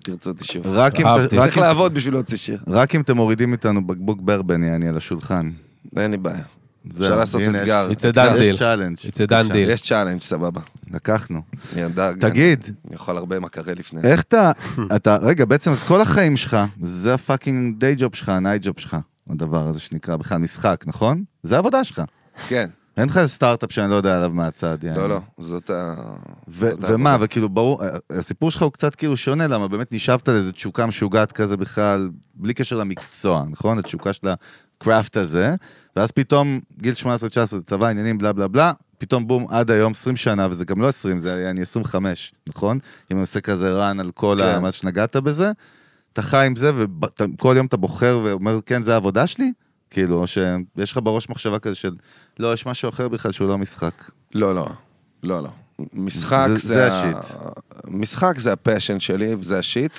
תרצו אותי שוב. רק אם- אהבתי. רק צריך אם- לעבוד בשביל להוציא שיר, רק אם אתם מורידים איתנו בקבוק ברבן, יעני, על השולחן. אין לי בעיה. זהו, אפשר לעשות הנה, אתגר. יש- It's a done יש deal. צ'אלנג'. It's a done בבקשה. deal. יש צ'אלנג', סבבה. לקחנו. כן. נהדר. גם. תגיד, אה? אני אוכל הרבה מקרה לפני זה. איך אתה, אתה, רגע, בעצם, אז כל החיים שלך, זה הפאקינג דיי ג'וב שלך, הנייט ג'וב שלך, הדבר הזה שנקרא בכלל משחק, נכון? זה העבודה שלך. כן, אין לך איזה סטארט-אפ שאני לא יודע עליו מהצד, יעני. לא, לא, זאת ה... ו- זאת ומה, העבודה. וכאילו, ברור, אה, הסיפור שלך הוא קצת כאילו שונה, למה באמת נשאבת לאיזו תשוקה משוגעת כזה בכלל, בלי קשר למקצוע, נכון? התשוקה של הקראפט הזה, ואז פתאום, גיל 18-19, צבא, עניינים, בלה בלה בלה, פתאום בום, עד היום 20 שנה, וזה גם לא 20, זה היה אני 25, נכון? אם אני עושה כזה רן על כל ה... כן. מה שנגעת בזה, אתה חי עם זה, וכל יום אתה בוחר ואומר, כן, זה העבודה שלי? כאילו, או שיש לך בראש מחשבה כזה של, לא, יש משהו אחר בכלל שהוא לא משחק. לא, לא. לא, לא. משחק זה- זה... זה ה- השיט. משחק זה הפאשן שלי וזה השיט.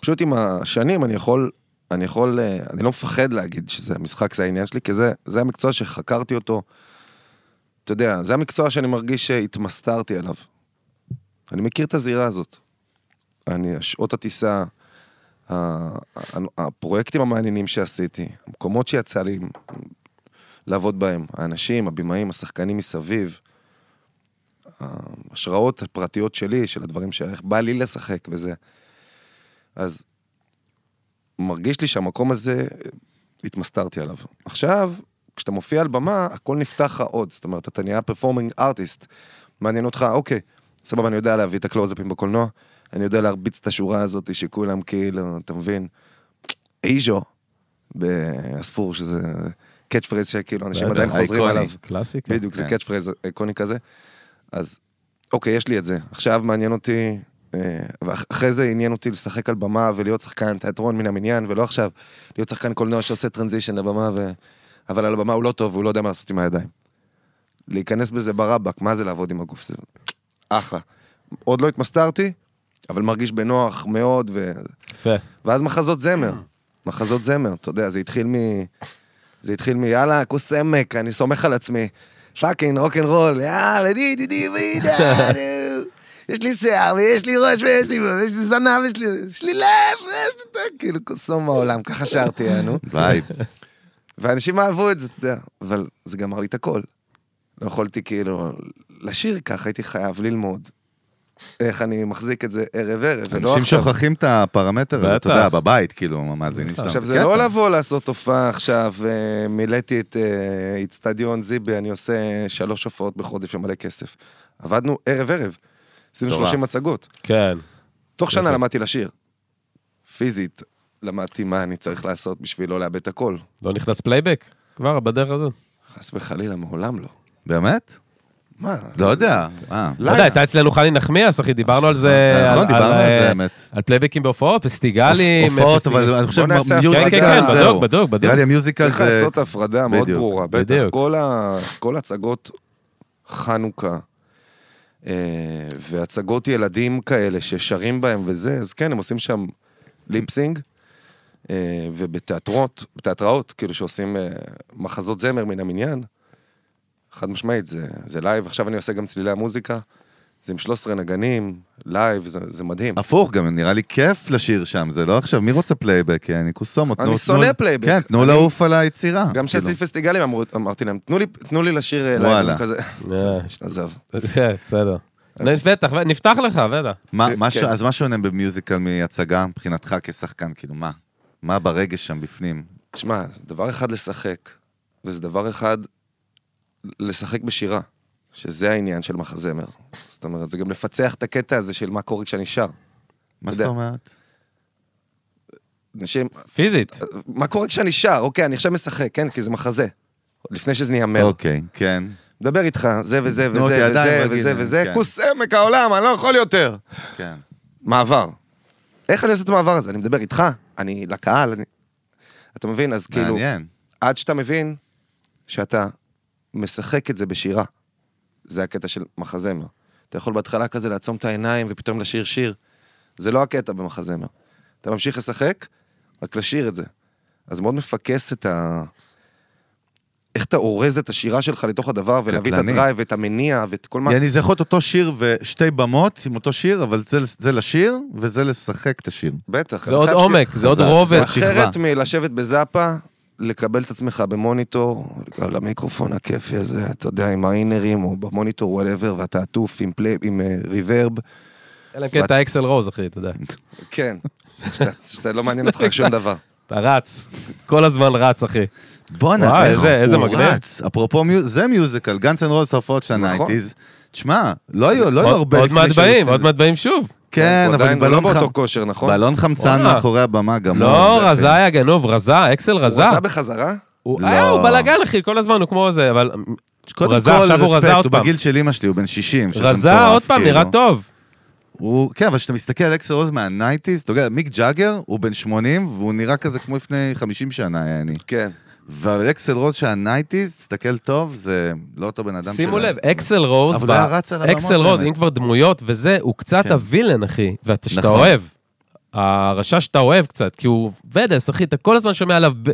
פשוט עם השנים אני יכול, אני יכול, אה, אני לא מפחד להגיד שזה משחק, זה העניין שלי, כי זה, זה המקצוע שחקרתי אותו. אתה יודע, זה המקצוע שאני מרגיש שהתמסתרתי עליו. אני מכיר את הזירה הזאת. אני, שעות הטיסה, ה- ה- הפרויקטים המעניינים שעשיתי, המקומות שיצא לי לעבוד בהם, האנשים, הבמאים, השחקנים מסביב, ההשראות הפרטיות שלי, של הדברים שאיך בא לי לשחק וזה. אז מרגיש לי שהמקום הזה, התמסתרתי עליו. אה, עכשיו, כשאתה מופיע על במה, הכל נפתח לך עוד. זאת אומרת, אתה נהיה פרפורמינג ארטיסט. מעניין אותך, אוקיי, סבבה, אני יודע להביא את הקלוזאפים בקולנוע, אני יודע להרביץ את השורה הזאת שכולם כאילו, אתה מבין? איז'ו, באספור, שזה קאץ' פרייז שכאילו אנשים בטח, עדיין חוזרים אייקוני. עליו. קלאסיקה. בדיוק, זה כן. קאץ' פרייז איקוני כזה. אז אוקיי, יש לי את זה. עכשיו מעניין אותי, אה, ואח- אחרי זה עניין אותי לשחק על במה ולהיות שחקן תיאטרון מן המניין, ולא עכשיו להיות שחקן קולנוע שעושה טרנזישן לבמה, ו... אבל על הבמה הוא לא טוב, והוא לא יודע מה לעשות עם הידיים. להיכנס בזה ברבק, מה זה לעבוד עם הגוף? זה אחלה. עוד לא התמסתרתי, אבל מרגיש בנוח מאוד, ו... יפה. ואז מחזות זמר. מחזות זמר, אתה יודע, זה התחיל מ... זה התחיל מ... יאללה, כוס עמק, אני סומך על עצמי. פאקינג רול, יאללה, די די די די די יש לי שיער, ויש לי ראש, ויש לי... ויש לי זנב, יש לי... יש לי לב, ויש לי... זה", כאילו, קוסום העולם, ככה שרתי, יענו. וייב. ואנשים אהבו את זה, אתה יודע, אבל זה גמר לי את הכל. לא יכולתי כאילו לשיר ככה, הייתי חייב ללמוד איך אני מחזיק את זה ערב-ערב, ולא אנשים עכשיו. שוכחים את הפרמטר הזה, אתה בטח. יודע, בבית, כאילו, המאזינים שלנו. עכשיו, זה קטע. לא לבוא לעשות הופעה עכשיו, אה, מילאתי את אה, איצטדיון זיבי, אני עושה שלוש הופעות בחודש ומלא כסף. עבדנו ערב-ערב, עשינו מטורף. 30 הצגות. כן. תוך שנה יפה. למדתי לשיר. פיזית, למדתי מה אני צריך לעשות בשביל לא לאבד את הכל. לא נכנס פלייבק? כבר, בדרך לא הזאת. חס וחלילה, מעולם לא. באמת? מה? לא יודע. אה. לא יודע, הייתה אצלנו חני נחמיאס, אחי, דיברנו על זה. נכון, על- אה, דיברנו על זה, האמת. על פלייבקים בהופעות, פסטיגלים. הופעות, פסטיגל- אבל אני חושב, בוא נעשה כן, הפסקה. כן, מיוזיקל, כן, זהו. בדוק, בדוק, בדוק. נראה לי המיוזיקל צריך זה... לעשות הפרדה מאוד בדיוק, ברורה, בטח. בדיוק. כל ה- כל הצגות חנוכה, אה, והצגות ילדים כאלה ששרים בהם וזה, אז כן, הם עושים שם ליפסינג, אה, ובתיאטרות, בתיאטראות, כאילו שעושים אה, מחזות זמר מן המניין, חד משמעית, זה, זה לייב, עכשיו אני עושה גם צלילי המוזיקה, זה עם 13 נגנים, לייב, זה, זה מדהים. הפוך, גם נראה לי כיף לשיר שם, זה לא עכשיו, מי רוצה פלייבק? אני כוסומות. אני נו, שונא תנו- פלייבק. כן, תנו אני- לעוף על היצירה. גם כשעשיתי כאילו. פסטיגלים אמרו- אמרתי להם, תנו לי, תנו לי לשיר אה, וואלה. לייב כזה. אה, עזוב. כן, בסדר. בטח, נפתח לך, בטח. מה- מה ש- כן. אז מה שונה במיוזיקל מהצגה מבחינתך כשחקן, כאילו, מה? מה ברגש שם בפנים? תשמע, זה דבר אחד לשחק, וזה דבר אחד לשחק בשירה, שזה העניין של מחזמר. זאת אומרת, זה גם לפצח את הקטע הזה של מה קורה כשאני שר. מה אתה זאת יודע. אומרת? אנשים, אה, פיזית. מה קורה כשאני שר? אוקיי, אני עכשיו משחק, כן? כי זה מחזה. עוד לפני שזה נהיה אוקיי, כן. מדבר איתך, זה וזה נו, אוקיי, וזה עדיין וזה רגיל, וזה וזה, כן. כוס עמק העולם, אני לא יכול יותר. כן. מעבר. איך אני עושה את המעבר הזה? אני מדבר איתך, אני לקהל, אני... אתה מבין? אז כאילו... מעניין. עד שאתה מבין שאתה משחק את זה בשירה. זה הקטע של מחזמר. אתה יכול בהתחלה כזה לעצום את העיניים ופתאום לשיר שיר. זה לא הקטע במחזמר. אתה ממשיך לשחק, רק לשיר את זה. אז מאוד מפקס את ה... איך אתה אורז את השירה שלך לתוך הדבר, ולהביא את קטלני. הדרייב ואת המניע ואת כל מה... יעני, זה יכול להיות אותו שיר ושתי במות עם אותו שיר, אבל זה- זה לשיר וזה לשחק את השיר. בטח. זה אני עוד חייב שת- עומק, זה עוד זה- זה רובד. זה שכבה. אחרת מלשבת בזאפה, לקבל את עצמך במוניטור, על המיקרופון הכיפי הזה, אתה יודע, עם האינרים או במוניטור וואטאבר, ואתה עטוף עם, פלי, עם אה, ריברב. אלא אם כן אתה אקסל רוז, אחי, אתה יודע. כן, שאתה, שאתה לא מעניין אותך שום דבר. אתה רץ. כל הזמן רץ, לא, אחי. בואנה, וואי, איך איזה- איזה הוא מגניב. רץ. אפרופו, מיוז- זה מיוזיקל, גאנץ אנד רוז הופעות של נכון. הנייטיז. תשמע, לא היו לא היו עוד הרבה עוד מעט שהיו באים, עושים עוד את זה. מעט באים שוב. כן, הוא אבל עדיין- הוא לא בלון חם- באותו כושר, נכון? בלון חמצן וואלה. מאחורי הבמה גם. לא, זה רזה יפה. היה גנוב, רזה, אקסל רזה. הוא עשה בחזרה? הוא לא. אה, הוא בלאגן, אחי, כל הזמן הוא כמו זה, אבל קודם רזה, כל, עכשיו הוא רספקט, רזה עוד הוא פעם. בגיל של אימא שלי, הוא בן 60. שזה רזה מטורף, עוד פעם כאילו. נראה טוב. הוא, כן, אבל כשאתה מסתכל על אקסל רוז מהנייטיז, אתה יודע, מיק ג'אגר הוא בן 80, והוא נראה כזה כמו לפני 50 שנה, יעני. כן. אבל אקסל רוז של הנייטיז, תסתכל טוב, זה לא אותו בן אדם שימו של- לב, אקסל רוז, אבל ב- הוא היה רץ על הבמות אקסל רוז, באמת. אם כבר דמויות וזה, הוא קצת כן. הווילן, אחי, ואתה שאתה נכון. אוהב. הרשע שאתה אוהב קצת, כי הוא ודס, אחי, אתה כל הזמן שומע עליו, ב-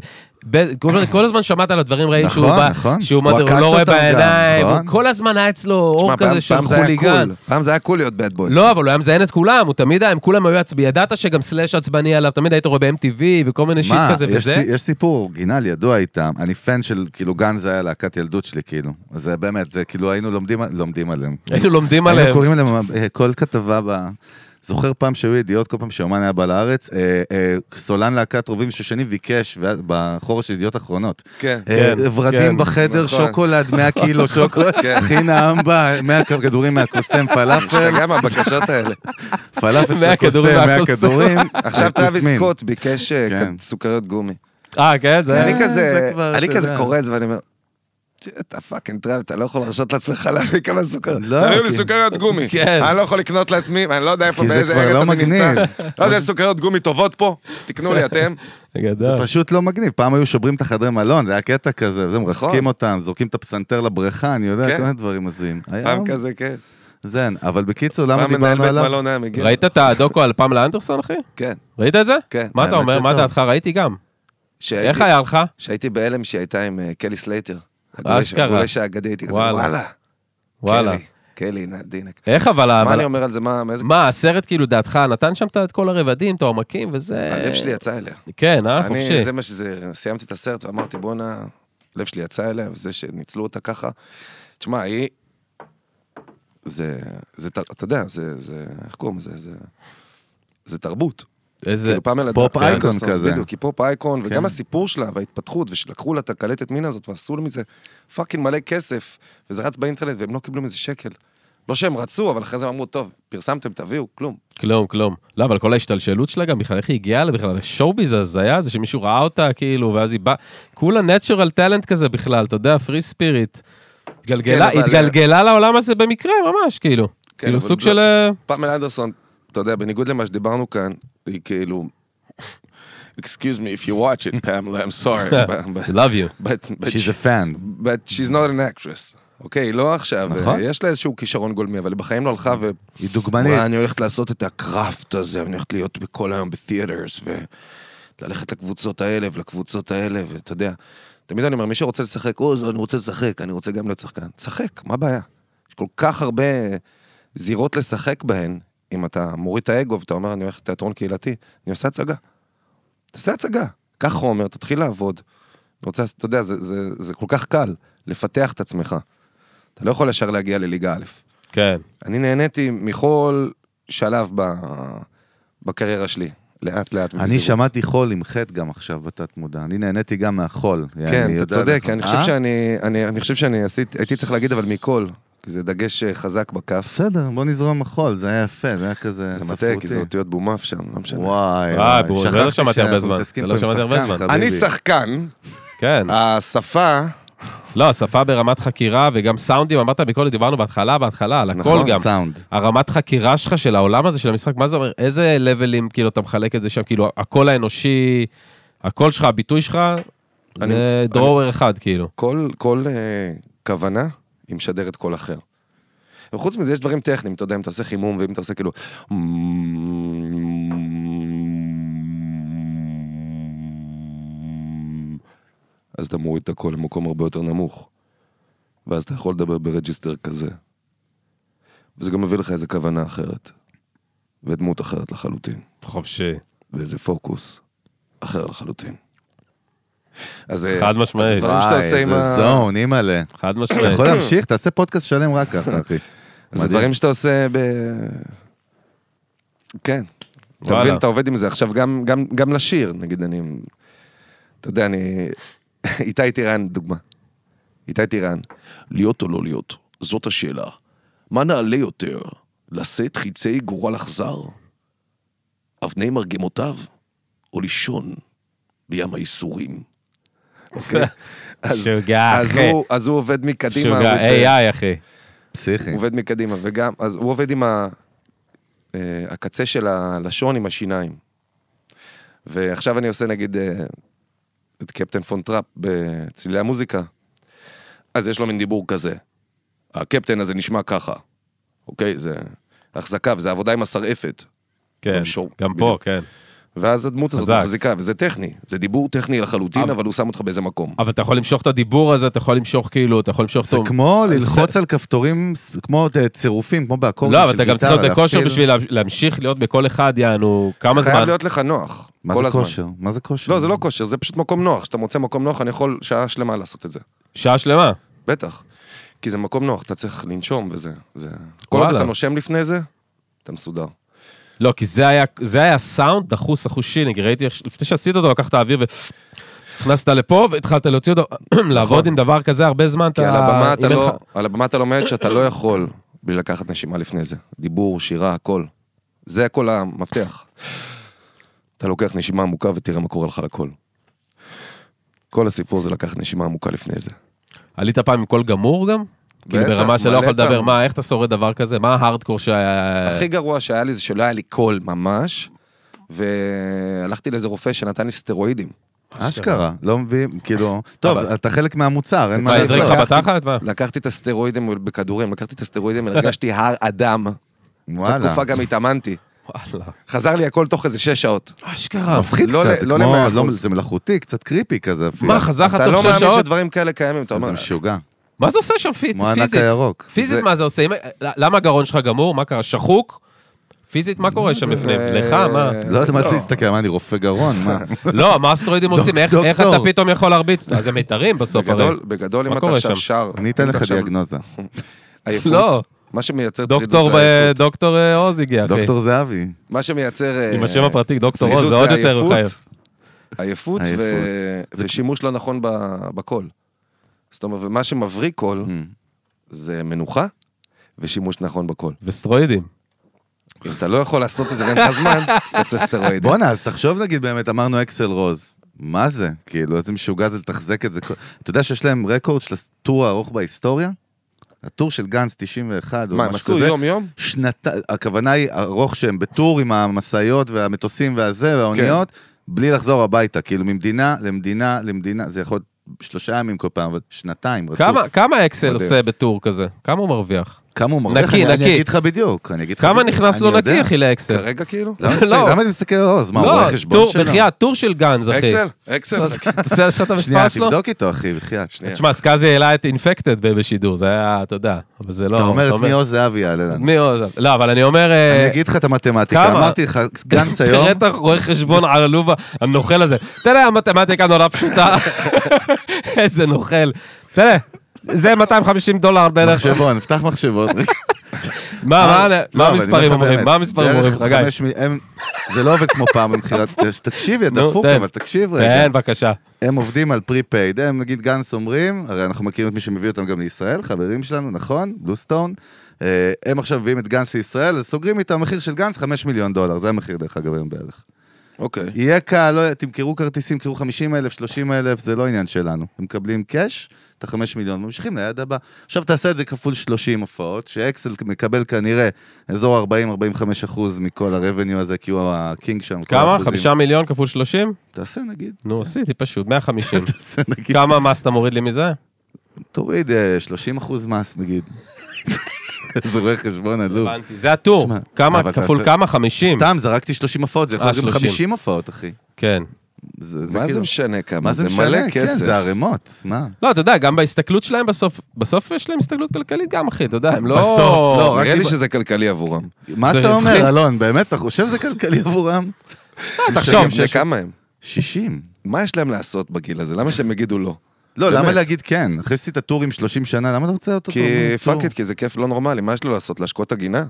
ב- כל- כל הזמן שמעת עליו דברים רעים שהוא נכון, בא- נכון. שהוא הוא מה זה, הוא עקץ לא רואה אותם גם, בעיניים, הוא נכון. כל הזמן היה אצלו אור תשמע, כזה פעם- של פעם זה היה חוליגן. קול. פעם זה היה קול להיות בad boy. לא, אבל הוא היה מזיין את כולם, הוא תמיד היה, הם כולם היו עצבני, ידעת שגם סלאש עצבני עליו, תמיד היית רואה ב-MTV וכל מיני שיט מה, כזה יש, וזה. סי- יש סיפור אורגינלי ידוע איתם, אני פן של, כאילו, גן זה היה להקת ילדות שלי, כאילו. אז זה באמת, זה כאילו, היינו לומדים, לומדים עליהם. היינו לומדים היינו עליהם. קוראים להם אה, כל כתבה ב... זוכר פעם שהיו ידיעות, כל פעם שאומן היה בא לארץ, אה, אה, סולן להקת רובים שושני ביקש, ואז- בחורש של ידיעות אחרונות. כן. כן, אה, כן. ורדים בחדר, נכון. שוקולד, 100 קילו שוקולד, כן. אחי נעם בא, 100 כדורים מהקוסם פלאפל, אתה יודע מה, הבקשות האלה. פלאפל של 100 הקוסם, כדורים אה, 100 מהקוסם. כדורים. עכשיו טראביס קוסמים. סקוט ביקש אה, כן. כ- סוכריות גומי. אה, כן? זה אני היה... זה כזה, כבר, אני אתה כזה יודע. קורץ ואני אומר... אתה פאקינג טראב, אתה לא יכול להרשות לעצמך להביא כמה סוכר. לא, תביאו לי כי- סוכריות גומי. כן. אני לא יכול לקנות לעצמי, אני לא יודע איפה, כי זה באיזה כבר ארץ לא אני נמצא. מגניב. לא יודע איזה סוכריות גומי טובות פה, תקנו לי אתם. זה גדול. פשוט לא מגניב, פעם היו שוברים את החדרי מלון, זה היה קטע כזה, זה מרסקים אותם, זורקים את הפסנתר לבריכה, אני יודע, נכון. כן. כל מיני דברים הזויים. היום, פעם כזה, כן. זן, אבל בקיצור, למה פעם מנהל דיברנו בית עליו? מלון היה מגיע. ראית את הדוקו על פמלה אנדרסון, אחי? כן, ראית את זה? כן. מה אתה האמת אומר? מה שטוב. דעתך? ראיתי גם. שהייתי- איך היה לך? שהייתי בהלם שהיא הייתה עם אה, קלי סלייטר. הגולש- אשכרה. הגולש האגדי, הייתי כזה, וואלה. וואלה. וואלה. קלי, קלי, נדינק. איך אבל... כן, אה, מה אבל- אני אומר על זה, מה, מאיזה... מה, הסרט כאילו דעתך נתן שם את כל הרבדים, את העומקים וזה... הלב שלי יצא אליה. כן, אה? חופשי. אני, זה מה שזה, סיימתי את הסרט ואמרתי, בואנה, הלב שלי יצא אליה, וזה שניצלו אותה ככה. תשמע, היא... זה, זה, ת- אתה יודע, זה, זה, איך קוראים לזה, זה, זה תרבות. איזה... כאילו פאמלה פופ דארק- אייקון אנדרסון, כזה. בדיוק, היא פופ אייקון, כן. וגם הסיפור שלה וההתפתחות, ושלקחו לה את הקלטת מין הזאת ועשו לה מזה פאקינג מלא כסף, וזה רץ באינטרנט והם לא קיבלו מזה שקל. לא שהם רצו, אבל אחרי זה הם אמרו, טוב, פרסמתם, תביאו, כלום. כלום, כלום. לא, אבל כל ההשתלשלות שלה גם בכלל, איך היא הגיעה לה בכלל? השואו-ביז הזיה זה שמישהו ראה אותה, כאילו, ואז היא באה... כולה נטרל טאלנט כזה בכלל, אתה יודע, פרי ספיריט. התגלגלה, כן, אבל- התגלגלה לעולם הזה במקרה, ממש, כאילו. כן, כאילו אבל סוג לא- של... אה, פמל אנדרסון, אתה יודע, בניגוד למה שדיברנו כאן, היא כאילו... Excuse me if you watch it, Pamela, I'm sorry. but- I but- love you. but- but She's a fan. but she's not an actress. אוקיי, היא לא עכשיו, נכון. אה, יש לה איזשהו כישרון גולמי, אבל היא בחיים לא הלכה ו... היא דוגמנית. אמרה, אני הולכת לעשות את הקראפט הזה, אני הולכת להיות בכל היום בתיאטרס, וללכת לקבוצות האלה ולקבוצות האלה, ואתה יודע. תמיד אני אומר, מי שרוצה לשחק, או, זו, אני רוצה לשחק, אני רוצה גם להיות שחקן. שחק, מה הבעיה? יש כל כך הרבה זירות לשחק בהן, אם אתה מוריד את האגו ואתה אומר, אני הולך לתיאטרון קהילתי, אני עושה הצגה. תעשה הצגה, קח חומר, תתחיל לעבוד. אני רוצה, אתה יודע, זה, זה, זה כל כך קל לפתח את עצמך. אתה לא יכול ישר להגיע לליגה א'. כן. אני נהניתי מכל שלב ב... בקריירה שלי, לאט לאט. אני ובזהירות. שמעתי חול עם חטא גם עכשיו בתת מודע, אני נהניתי גם מהחול. כן, אני אתה יודע צודק, לך. אני חושב אה? שאני, אני, אני חושב שאני עשיתי, הייתי צריך להגיד אבל מכל, כי זה דגש אה, חזק בכף. בסדר, בוא נזרום החול, זה היה יפה, זה היה כזה זה מטעה, כי ספרותי. זה אותיות בומף שם, לא משנה. וואי, וואי, בואו, זה לא שכחתי שמעתי הרבה שאנחנו זמן. מתעסקים זה לא פה עם שמעתי הרבה שחקן, זמן. חביבי. אני שחקן, כן. אה. השפה, לא, שפה ברמת חקירה וגם סאונדים, אמרת מקודם, דיברנו בהתחלה, בהתחלה, על הכל נכון, גם. סאונד. הרמת חקירה שלך של העולם הזה, של המשחק, מה זה אומר? איזה לבלים, כאילו, אתה מחלק את זה שם? כאילו, הקול האנושי, הקול שלך, הביטוי שלך, אני- זה דרורר אחד, כאילו. כל, כל אה, כוונה, היא משדרת קול אחר. וחוץ מזה, יש דברים טכניים, אתה יודע, אם אתה עושה חימום, ואם אתה עושה כאילו... אז אתה מוריד את הקול למקום הרבה יותר נמוך. ואז אתה יכול לדבר ברג'יסטר כזה. וזה גם מביא לך איזה כוונה אחרת. ודמות אחרת לחלוטין. חופשי. ואיזה פוקוס אחר לחלוטין. אז... אה, חד משמעית. אז נכון, דברים שאתה וואי, עושה עם איזה ה- כן. זון, אימא'לה. חד אתה משמעית. יכול להמשיך? תעשה פודקאסט שלם רק ככה, אחי. זה מדהים. דברים שאתה עושה ב... כן. אתה וואלה. מבין, אתה עובד עם זה. עכשיו, גם, גם, גם לשיר, נגיד, אני... אתה יודע, אני... איתי טירן, דוגמה. איתי טירן. להיות או לא להיות? זאת השאלה. מה נעלה יותר? לשאת חיצי גורל אכזר? אבני מרגמותיו? או לישון בים האיסורים? אוקיי. אז, שוגע, אז, אחי. הוא, אז הוא עובד מקדימה. שוגע, וב- AI, אחי. פסיכי. כן. הוא עובד מקדימה, וגם, אז הוא עובד עם ה, אה, הקצה של הלשון עם השיניים. ועכשיו אני עושה נגיד אה, את קפטן פון טראפ בצלילי המוזיקה. אז יש לו מין דיבור כזה. הקפטן הזה נשמע ככה. אוקיי? זה החזקה, וזה עבודה עם השרעפת. כן, גם שור- גם פה, בדיוק. כן. ואז הדמות הזאת חזק. מחזיקה, וזה טכני. זה דיבור טכני לחלוטין, אבל- אבל הוא שם אותך באיזה מקום. אבל אתה יכול למשוך את הדיבור הזה, אתה יכול למשוך כאילו, אתה יכול למשוך זה אותו. כמו זה- ללחוץ על כפתורים, כמו אה, צירופים, כמו באקורדים לא, של אבל גיטרה. אתה גם צריך להיות בכושר להפעיל- בשביל לה- להמשיך להיות בכל אחד, יענו, כמה חייב זמן. להיות לך נוח. מה כל זה הזמן. כושר? מה זה כושר? לא, זה לא כושר, זה פשוט מקום נוח. כשאתה מוצא מקום נוח, אני יכול שעה שלמה לעשות את זה. שעה שלמה. בטח. כי זה מקום נוח, אתה צריך לנשום וזה. זה... כל עוד וואלה. אתה נושם לפני זה, אתה מסודר. לא, כי זה היה, זה היה סאונד דחוס אחושי, נגיד, ראיתי, איך ש- לפני שעשית אותו, לקחת אוויר ונכנסת לפה, והתחלת להוציא אותו, לעבוד עם דבר כזה הרבה זמן, נכון. כי על הבמה אם אתה אין לא, לך- על הבמה אתה לומד שאתה לא יכול בלי לקחת נשימה לפני זה. דיבור, שירה, הכל. זה הכל המפתח. אתה לוקח נשימה עמוקה ותראה מה קורה לך לכל. כל הסיפור זה לקחת נשימה עמוקה לפני זה. עלית פעם עם קול גמור גם? כאילו בטח, ברמה שלא מלא יכול לדבר, פעמים. מה, איך אתה שורד דבר כזה? מה ההארדקור שהיה... הכי גרוע שהיה לי זה שלא היה לי קול ממש, והלכתי לאיזה רופא שנתן לי סטרואידים. אשכרה, לא מביאים, כאילו, טוב, אבל- אתה חלק מהמוצר, אין מה, מה הזריק לך לעשות. בתחת? מה? לקחתי את הסטרואידים בכדורים, לקחתי את הסטרואידים והרגשתי הר אדם. באותה וואלה, תקופה גם התאמנתי. וואלה. חזר לי הכל תוך איזה שש שעות. אה, אשכרה. מפחיד לא קצת, ל- זה לא כמו- למאה לא- אחוז. זה מלאכותי, קצת קריפי כזה אפילו. מה, חזר לך אתה לא תוך שש מאמין שעות? שדברים כאלה קיימים, אתה אומר, זה משוגע, מה זה עושה שם פיזית? כמו הענק פיזית? הירוק. פיזית זה- מה זה עושה? אם- למה הגרון שלך גמור? מה קרה? שחוק? פיזית, מה קורה שם בפנים? אה, לך, מה? לא יודעת מה אתה להסתכל, מה, אני רופא גרון, מה? לא, מה אסטרואידים עושים? איך איך אתה דוקטור. פתאום יכול להרביץ? אז הם מיתרים בסוף הרי. בגדול, בגדול מה אם אתה קורה עכשיו שם? שר, אני אתן אם לך אתה שם דיאגנוזה. עייפות, לא. מה שמייצר דוקטור צרידות ב- זה עייפות, דוקטור אה, עוז הגיע, אחי. דוקטור זהבי. מה שמייצר אה, עם השם הפרטי, דוקטור צרידות עוז, זה עוד יותר עייפות, חייב. עייפות עייפות. ו- ושימוש לא נכון ב- בקול. זאת אומרת, ומה שמבריא קול Mm. זה מנוחה ושימוש נכון בקול. וסטרואידים. אם אתה לא יכול לעשות את זה גם לך זמן, אז אתה צריך סטרואיד. בואנה, אז תחשוב נגיד באמת, אמרנו אקסל רוז. מה זה? כאילו, איזה משוגע זה לתחזק את זה. כל- אתה יודע שיש להם רקורד של הטור הארוך בהיסטוריה? הטור של גנץ 91 או מה, הם משהו עשו כזה. יום-יום? שנתי... הכוונה היא ארוך שהם בטור עם המשאיות והמטוסים והזה והאוניות, כן. בלי לחזור הביתה. כאילו, ממדינה למדינה למדינה, זה יכול להיות שלושה ימים כל פעם, אבל שנתיים רצוף. כמה- כמה אקסל מדהים. עושה בטור כזה? כמה הוא מרוויח? כמה הוא מרוויח? נקי, אני- נקי. אני אגיד לך בדיוק, אני אגיד לך כמה בדיוק. נכנס אני לו יודע. נקי, אחי, לאקסל? כרגע כאילו? למה אתה מסתכל- לא. למה אתה מסתכל על עוז? מה, הוא לא, רואה חשבון טור, שלו? בחייאת, טור של גנז, אחי. אקסל? אקסל? תעשה על שעת המספר שנייה, שלו? תבדוק איתו, אחי, בחייאת. תשמע, סקאזי העלה את אינפקטד בשידור, זה היה, אתה יודע, אבל זה לא... אתה אומר את מי עוז זהבי יעלה לנו. מי עוז? לא, אבל אני אומר... אה, אני אגיד לך את המתמטיקה, כמה? אמרתי לך, גנץ היום, תראה את הרואה חשבון על הלוב הנוכל הזה. תראה, המתמטיקה נורא פשוטה. איזה נוכל. תראה. זה 250 דולר בערך. מחשבון, פתח מחשבון. מה, מה, לא, מה אבל אני אומר המספרים לך אומרים? באמת, מה המספרים בערך אומרים, חגי? חמש מ- הם- זה לא עובד כמו פעם במכירת, תקשיבי, אתה נו, דפוק, תן. אבל תקשיב רגע. לא כן, בבקשה. הם עובדים על פרי-פייד, הם נגיד גנץ אומרים, הרי אנחנו מכירים את מי שמביא אותם גם לישראל, חברים שלנו, נכון? בלוסטון. אה, הם עכשיו מביאים את גנץ לישראל, אז סוגרים איתם מחיר של גנץ 5 מיליון דולר, זה המחיר דרך אגב היום בערך. אוקיי. יהיה קל, לא, תמכרו כרטיסים, תמכרו 50 אלף, 30 אלף, זה לא עניין שלנו. הם מקבלים קאש, את החמש מיליון, ממשיכים ליד הבא. עכשיו תעשה את זה כפול 30 הופעות, שאקסל מקבל כנראה אזור 40-45 אחוז מכל הרבניו הזה, כי הוא הקינג שם. כל כמה? האחוזים. חמישה מיליון כפול 30? תעשה נגיד, נו, עשיתי פשוט, 150. תעשה נגיד. כמה מס אתה מוריד לי מזה? תוריד אה, 30 אחוז מס נגיד. זה רואה חשבון עלוב. הבנתי, זה הטור. שמע, כמה, אבל אתה כפול עושה- כמה? 50? סתם, זרקתי 30 הופעות, זה יכול אה, להיות גם 30. 50 הופעות, אחי. כן. מה זה משנה כמה? כאילו. מה זה מלא משנה? כן, כסף. זה ערימות, מה? לא, אתה יודע, גם בהסתכלות שלהם בסוף, בסוף יש להם הסתכלות כלכלית גם, אחי, אתה יודע, הם לא... בסוף, לא, רק נראה לי דיב- שזה כלכלי עבורם. מה זה אתה רווחי. אה, אומר, אלון? באמת, אתה חושב שזה כלכלי עבורם? תחשוב, משלמים בני שש- כמה הם? 60. מה יש להם לעשות בגיל הזה? למה שהם יגידו לא? לא, למה באמת. להגיד כן? אחרי שעשית טור עם 30 שנה, למה אתה רוצה אותו? כי פאק איט, כי זה כיף לא נורמלי, מה יש לו לעשות? להשקות את הגינה?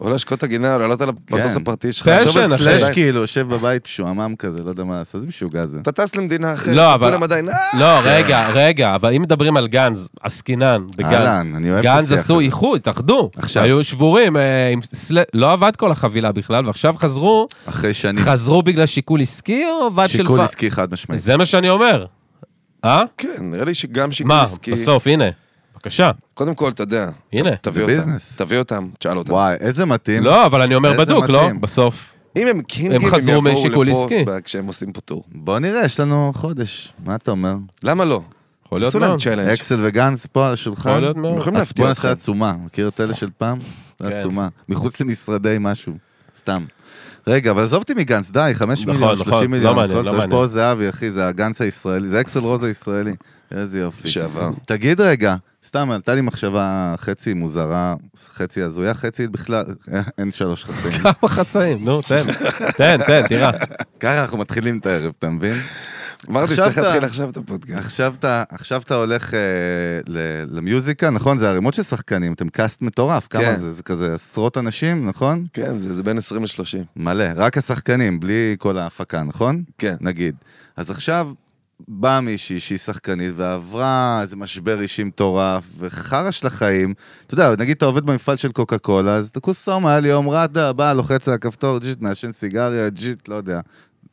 או להשקות את הגינה, או לעלות על המטוס כן. הפרטי שלך. פשן, תחשוב על אחי. סלאש עדיין. כאילו, יושב בבית משועמם כזה, לא יודע מה לעשות, איזה משוגע זה. אתה טס למדינה אחרת, לא, אבל- כולם עדיין... "אה, לא, כן. רגע, רגע, אבל אם מדברים על גנז, עסקינן בגנז, אהלן, אני אוהב את השיח. גנז עשו איחוד, התאחדו. עכשיו. היו שבורים, אה, עם סל- לא עבד כל החבילה בכלל, ועכשיו חזרו, אחרי שנים. חזרו בגלל שיקול עסקי או עבד של... שיקול פ- עסקי חד משמעית. זה מה שאני אומר. אה? כן, נראה לי שגם שיקול מה, עסקי... בסוף, הנה. בבקשה, קודם כל, אתה יודע, הנה. תביא זה אותם. ביזנס. תביא אותם, תשאל אותם. וואי, איזה מתאים. לא, אבל אני אומר איזה בדוק, לא? מתאים. בסוף. אם הם קינגים, הם הם חזרו יבואו משיקול לפה עסקי. ב- כשהם עושים פה טור. בוא נראה, יש לנו חודש. מה אתה אומר? למה לא? יכול להיות תעשו להם מאוד. צ'אלנג. אקסל וגנץ פה על השולחן. יכול להיות מאוד. הם יכולים אז להפתיע בוא אותך. נעשה עצומה, מכיר את אלה של פעם? כן. עצומה. מחוץ למשרדי משהו, סתם. רגע, אבל עזוב אותי מגנץ, די, 5 נכון, מיליון, נכון, 30 לא מיליון, מעניין, הכל לא טוב. יש מעניין. פה עוז זהבי, אחי, זה הגנץ הישראלי, זה אקסל רוז הישראלי. איזה יופי. לשעבר. תגיד רגע, סתם, עלתה לי מחשבה חצי מוזרה, חצי הזויה, חצי בכלל, אין שלוש חצאים. כמה חצאים, נו, תן, תן, תן, תירא. ככה אנחנו מתחילים את הערב, אתה מבין? אמרתי, עכשיו צריך אתה- להתחיל עכשיו את הפודקאסט. עכשיו אתה, עכשיו אתה הולך אה, ל- למיוזיקה, נכון? זה ערימות של שחקנים, אתם קאסט מטורף, כמה כן. זה? זה כזה עשרות אנשים, נכון? כן, זה זה בין 20 ל-30. מלא, רק השחקנים, בלי כל ההפקה, נכון? כן. נגיד. אז עכשיו באה מישהי שהיא שחקנית ועברה איזה משבר אישי מטורף, וחרא של החיים. אתה יודע, נגיד אתה עובד במפעל של קוקה קולה, אז אתה כוסום, היה לי יום רדה, בא, לוחץ על הכפתור, ג'יט, מעשן סיגריה, ג'יט, לא יודע.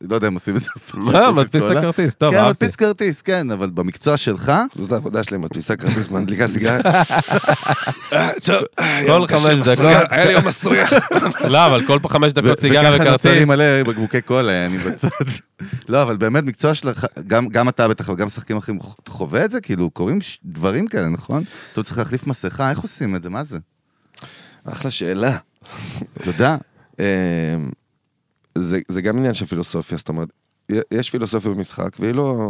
לא יודע אם עושים את זה. במפעל של מה, מדפיס את קוקה-קולה. הכרטיס, טוב, כן, אהבתי. מדפיס כרטיס, כן, אבל במקצוע שלך, זאת העבודה שלי, מדפיסה כרטיס, מדליקה סיגריה. טוב, כל חמש דקות. היה לי יום מסריח. לא, אבל כל פעם חמש דקות סיגריה וככה וכרטיס. נוצר לי מלא בקבוקי קולה, אני בצד. לא, אבל באמת, מקצוע שלך, גם, גם אתה בטח וגם שחקים אחרים, אתה חווה את זה? כאילו, קורים ש- דברים כאלה, נכון? אתה צריך להחליף מסכה, איך עושים את זה? מה זה? אחלה שאלה. תודה. אמ, זה, זה גם עניין של פילוסופיה, זאת אומרת, י- יש פילוסופיה במשחק, והיא לא,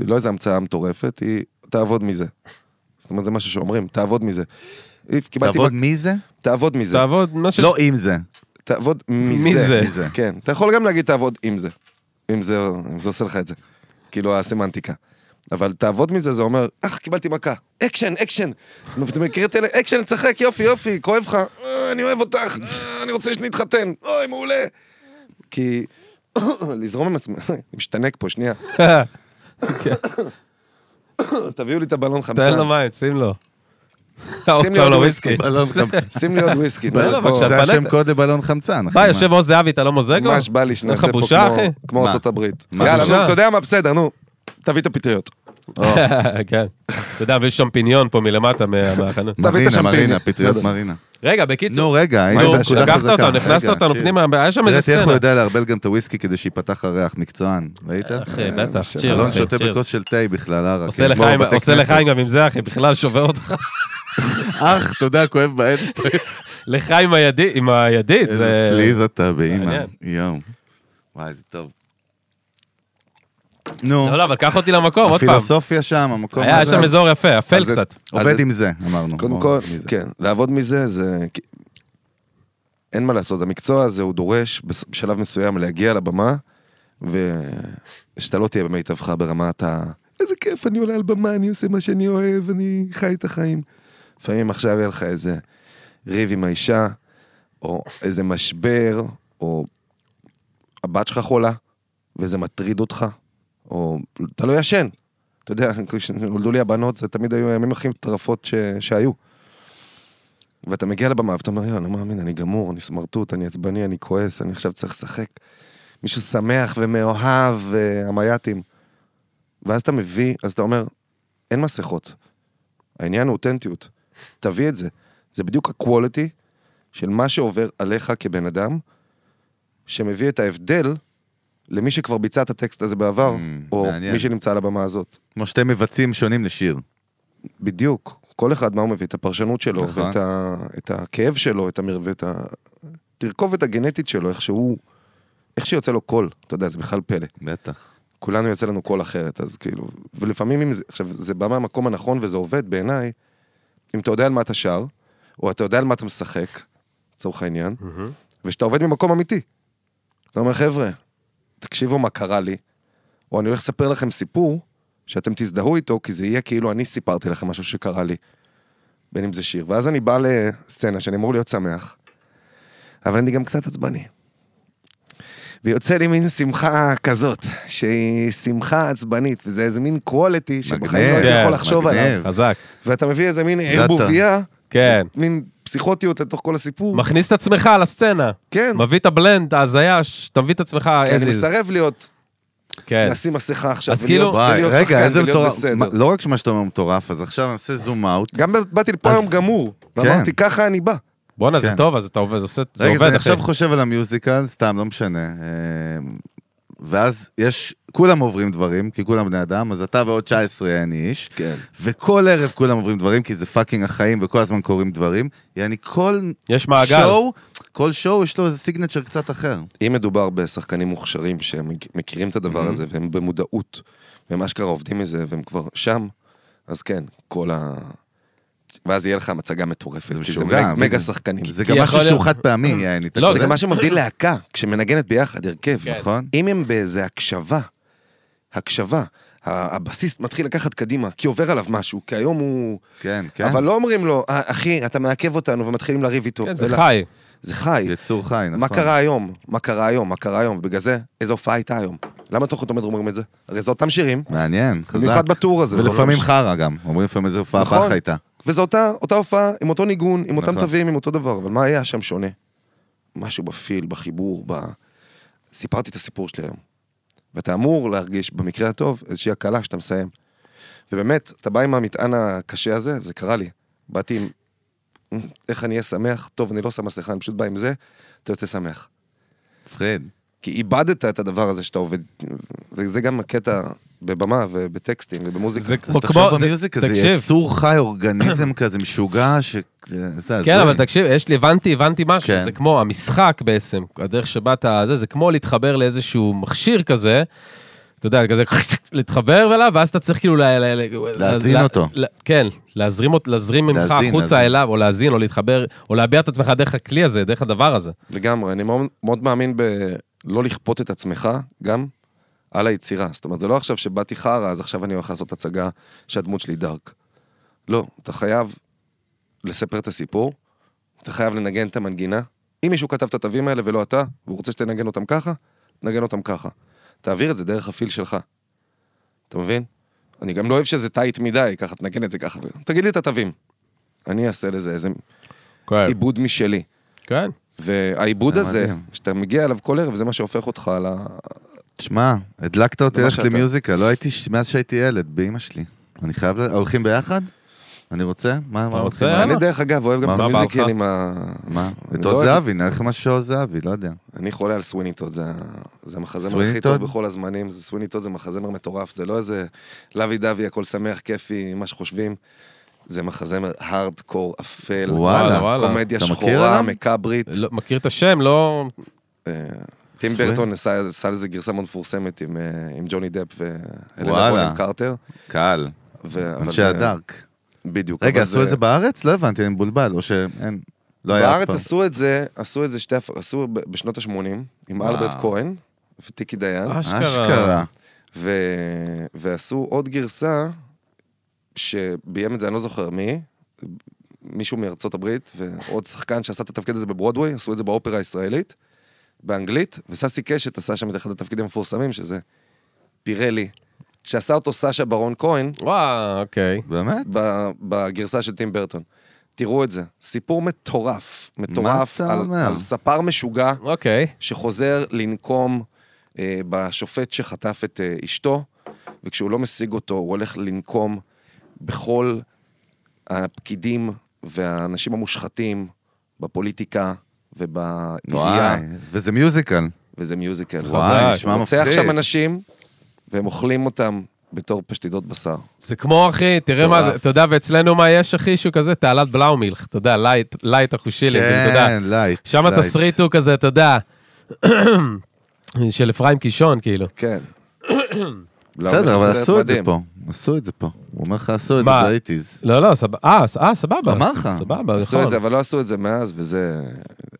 היא לא איזו המצאה מטורפת, היא תעבוד מזה. זאת אומרת, זה משהו שאומרים, תעבוד מזה. איף, קיבלתי תעבוד מק- מי זה? תעבוד מזה. תעבוד, מה ש... לא עם זה. תעבוד מזה. מזה. מזה. כן, אתה יכול גם להגיד תעבוד עם זה. אם זה, אם זה עושה לך את זה. כאילו, הסמנטיקה. אבל תעבוד מזה, זה אומר, אך, קיבלתי מכה. אקשן, אקשן. אתה מכיר את אלה? אקשן, צחק, יופי, יופי, כואב לך. אה, אני אוהב אותך, אה, אני רוצה שנתחתן. אוי, מעולה. כי... לזרום עם עצמם, אני משתנק פה, שנייה. לא, תביאו לי את הבלון חמצן. תן לו מים, שים לו. שים לי עוד וויסקי. בלון חמצן. שים לי עוד וויסקי. תן לו בוא. בבקשה. זה פלט. השם קוד לבלון חמצן. אחי, מה, מה? יושב עוז זהבי, אתה לא מוזג לו? ממש בא לי שנעשה לך פה בושה, כמו- אחי? כמו מה? ארצות הברית. מה? יאללה, בושה? נו, אתה יודע מה, בסדר, נו. תביא את הפטריות. כן. אתה יודע, ויש שמפיניון פה מלמטה מה- מהחנות. תביא את מרינה, השמפניה. מרינה, פטריות בסדר. מרינה. רגע, בקיצור, נו, רגע, היינו נו, בנקודה לקחת חזקה. אותנו, הכנסת רגע, אותנו שיר. פנימה, היה שם איזה תראה איך הוא סצנה. יודע לערבל גם את הוויסקי כדי שייפתח הריח, מקצוען. ראית? אה, אחי, אה, בטח, צ'ירס, אלון אחי, שותה צ'ירס. בכוס של תה בכלל, כן, ערק. עושה לחיים, עושה לחיים גם עם זה, אחי, בכלל שובר אותך. אך, תודה, כואב באצבע. לחיים עם הידית, איזה זה... סליז אתה, באימא. מעניין. יואו. וואי, זה טוב. נו, לא, לא, אבל קח אותי למקום, עוד פעם. הפילוסופיה שם, המקום היה הזה. שם אזור יפה, אפל אז זה- קצת. עובד אז- עם זה, אמרנו. קודם או, כל, נכון. מי זה? כן, לעבוד מזה זה... אין מה לעשות, המקצוע הזה הוא דורש בס- בשלב מסוים להגיע לבמה, ושאתה לא תהיה במיטבך ברמת ה... איזה כיף, אני עולה על במה, אני עושה מה שאני אוהב, אני חי את החיים. לפעמים עכשיו יהיה לך איזה ריב עם האישה, או איזה משבר, או הבת שלך חולה, וזה מטריד אותך, או אתה לא ישן. אתה יודע, כשנולדו לי הבנות, זה תמיד היו הימים הכי מטרפות ש... שהיו. ואתה מגיע לבמה ואתה אומר, "יואו, אני לא מאמין, אני גמור, אני סמרטוט, אני עצבני, אני כועס, אני עכשיו צריך לשחק. מישהו שמח ומאוהב, המייטים. ואז אתה מביא, אז אתה אומר, אין מסכות. העניין הוא אותנטיות. תביא את זה. זה בדיוק הקוולטי של מה שעובר עליך כבן אדם, שמביא את ההבדל למי שכבר ביצע את הטקסט הזה בעבר, Mm, או מעניין. מי שנמצא על הבמה הזאת. כמו שתי מבצעים שונים לשיר. בדיוק. כל אחד מה הוא מביא, את הפרשנות שלו, נכון. ואת ה, את הכאב שלו, את המר... ואת ה... תרכובת הגנטית שלו, איך שהוא... איך שיוצא לו קול, אתה יודע, זה בכלל פלא. בטח. כולנו יוצא לנו קול אחרת, אז כאילו... ולפעמים אם זה... עכשיו, זה בא מהמקום הנכון וזה עובד בעיניי, אם אתה יודע על מה אתה שר, או אתה יודע על מה אתה משחק, לצורך העניין, מהמם. ושאתה עובד ממקום אמיתי. אתה אומר, חבר'ה, תקשיבו מה קרה לי, או אני הולך לספר לכם סיפור שאתם תזדהו איתו, כי זה יהיה כאילו אני סיפרתי לכם משהו שקרה לי, בין אם זה שיר. ואז אני בא לסצנה שאני אמור להיות שמח, אבל אני גם קצת עצבני. ויוצא לי מין שמחה כזאת, שהיא שמחה עצבנית, וזה איזה מין quality שבחיים לא הייתי מגניב, יכול לחשוב עליו. מגניב. חזק. ואתה מביא איזה מין אתה. ערבוביה, כן. מין פסיכוטיות לתוך כל הסיפור. מכניס את עצמך לסצנה. כן, מביא את הבלנד, ההזיה, ש- אתה מביא את עצמך כן, כי as אני is. מסרב להיות כן. לשים מסכה עכשיו, אז ולהיות- כאילו- וואי, ולהיות רגע, שחקן איזה ולהיות מטורף. מה, בסדר. לא רק שמה שאתה אומר מטורף, אז עכשיו אני עושה זום אאוט. גם ב- באתי לפה אז- היום גמור, כן. ואמרתי ככה אני בא. בואנה, זה כן. טוב, אז אתה עובד, זה עושה- זה רגע, אז עובד, אני אחי. עכשיו חושב על המיוזיקל, סתם, לא משנה. אה, ואז יש, כולם עוברים דברים, כי כולם בני אדם, אז אתה ועוד 19 אני איש, כן. וכל ערב כולם עוברים דברים, כי זה פאקינג החיים, וכל הזמן קורים דברים. יעני, כל יש מעגל. שואו, כל שואו יש לו איזה סיגנצ'ר קצת אחר. אם מדובר בשחקנים מוכשרים שמכירים את הדבר הזה, והם במודעות, והם אשכרה עובדים מזה, והם כבר שם, אז כן, כל ה... ואז יהיה לך מצגה מטורפת, זה כי זה משוגע, מג- אבל- מגה שחקנים. זה כי גם משהו יכול להיות- שהוא חד פעמי, יעני, אתה לא, זה קולט? גם מה שמבדיל להקה, כשמנגנת ביחד, הרכב. כן. נכון? אם הם באיזה הקשבה, הקשבה. ה- הבסיס מתחיל לקחת קדימה, כי עובר עליו משהו, כי היום הוא... כן, כן. כן. אבל לא אומרים לו, "אה, אחי, אתה מעכב אותנו, ומתחילים לריב איתו. כן, זה לא- אלא- חי. זה חי. יצור חי, נכון. מה קרה היום? מה קרה היום? מה קרה היום? בגלל זה, איזו הופעה הייתה היום? למה לא תוך תמיד אומרים את זה? הרי זה אותם שירים, מעניין, חזק. במיוחד בטור הזה. זה ולפעמים לא- חרא גם, אומרים לפעמים איזה הופעה נכון. פח הייתה. וזו אותה, אותה הופעה, עם אותו ניגון, עם אותם נכון. תווים, עם אותו דבר, אבל מה היה שם שונה? משהו בפיל, בחיבור, ב... סיפרתי את הסיפור שלי היום. ואתה אמור להרגיש, במקרה הטוב, איזושהי הקלה שאתה מסיים. ובאמת, אתה בא עם המטען הקשה הזה, וזה קרה לי. באתי עם, "מ, איך אני אהיה שמח, טוב, אני לא שם מסכה, אני פשוט בא עם זה, אתה יוצא שמח. פרד. כי איבדת את הדבר הזה שאתה עובד, וזה גם הקטע בבמה ובטקסטים ובמוזיקה. זה אז או תחשוב כמו- זה- במיוזיק הזה, תקשיב. יצור חי, אורגניזם כזה משוגע, ש... זה- זה כן, הזוי. אבל תקשיב, יש לי, הבנתי, הבנתי משהו, כן. זה כמו המשחק בעצם, הדרך שבה אתה, זה, זה כמו להתחבר לאיזשהו מכשיר כזה, אתה יודע, כזה להתחבר אליו, ואז אתה צריך כאילו... ל- ל- ל- להזין ל- אותו. ל- כן, להזרים אות- להזרים ממך להזין, החוצה להזין. אליו, או להזין, או להתחבר, או להביע את עצמך דרך הכלי הזה, דרך הדבר הזה. לגמרי, אני מאוד, מאוד מאמין בלא לכפות את עצמך גם על היצירה. זאת אומרת, זה לא עכשיו שבאתי חרא, אז עכשיו אני הולך לעשות הצגה שהדמות שלי דארק. לא, אתה חייב לספר את הסיפור, אתה חייב לנגן את המנגינה. אם מישהו כתב את התווים האלה ולא אתה, והוא רוצה שתנגן אותם ככה, תנגן אותם ככה. תעביר את זה דרך הפיל שלך. אתה מבין? אני גם לא אוהב שזה טייט מדי, ככה, תנגן את זה ככה. ו- תגיד לי את התווים. אני אעשה לזה איזה כן, עיבוד משלי. כן. והעיבוד זה הזה, מדהים. שאתה מגיע אליו כל ערב, זה מה שהופך אותך ל... תשמע, הדלקת אותי זה מה ללכת שעשה. למיוזיקה, לא הייתי ש- מאז שהייתי ילד, באימא שלי. אני חייב, ל- הולכים ביחד? אני רוצה? מה רוצה? מה רוצים? אה, מה- לא. אני דרך אגב אוהב גם מה, את מה בא לך? המוזיקל עם ה... מה? אני את לא עוז אוהב- זהבי, נלך משהו עוז זהבי, לא יודע. אני חולה על סוויניטוד, זה ה- זה המחזמר הכי סוויניטוד? טוב בכל הזמנים, זה- סוויניטוד זה מחזמר מטורף, זה לא איזה לוי דווי, הכל שמח, כיפי, מה שחושבים. זה מחזמר הארדקור, אפל, וואלה. וואלה. קומדיה אתה מכיר שחורה, עליו? מקאברית. לא, מכיר את השם, לא... אה, טים סוויני- ברטון עשה עשה לזה גרסה מאוד מפורסמת עם, אה, עם ג'וני דפ ואלנה וואלה. בונם קרטר. קהל, ו- אבל אנשי זה- הדארק. בדיוק. רגע, אבל עשו את זה בארץ? לא הבנתי, אני מבולבל, או שאין... לא היה אף בארץ פעם. עשו את זה, עשו את זה שתי, הפ- עשו ב- בשנות ה-80, עם וואו. אלברט כהן וטיקי דיין, אשכרה. אשכרה. ו... ועשו עוד גרסה, שביים את זה, אני לא זוכר מי, מישהו מארצות הברית, ועוד שחקן שעשה את התפקיד הזה בברודוויי, עשו את זה באופרה הישראלית, באנגלית, וססי קשת עשה שם את אחד התפקידים המפורסמים, שזה פירלי, שעשה אותו סשה ברון כהן, וואו, אוקיי. באמת? ב- בגרסה של טים ברטון. תראו את זה, סיפור מטורף, מטורף, אתה על, אומר? על ספר משוגע אוקיי. שחוזר לנקום אה, בשופט שחטף את אה, אשתו, וכשהוא לא משיג אותו, הוא הולך לנקום בכל הפקידים והאנשים המושחתים בפוליטיקה ובעירייה, וואי, וזה מיוזיקל. וזה מיוזיקל. וואי, חזק. נשמע רוצח מפחיד. שם אנשים, והם אוכלים אותם בתור פשטידות בשר. זה כמו, אחי, תראה מה זה, מטורף. אתה יודע, ואצלנו מה יש, אחי, שהוא כזה תעלת בלאומילך, אתה יודע, לייט, לייט החושילי, אתה יודע. כן, לייט. שם לייט. התסריט הוא כזה, אתה יודע, של אפרים קישון, כאילו. כן. בסדר, אבל לא, זה עשו את זה מדהים. פה. עשו את זה פה. הוא אומר לך, עשו את זה מה? באייטיז. לא, לא, סבבה. אה, ס- אה, סבבה. אמר לך. סבבה, עשו נכון. את זה, אבל לא עשו את זה מאז, וזה...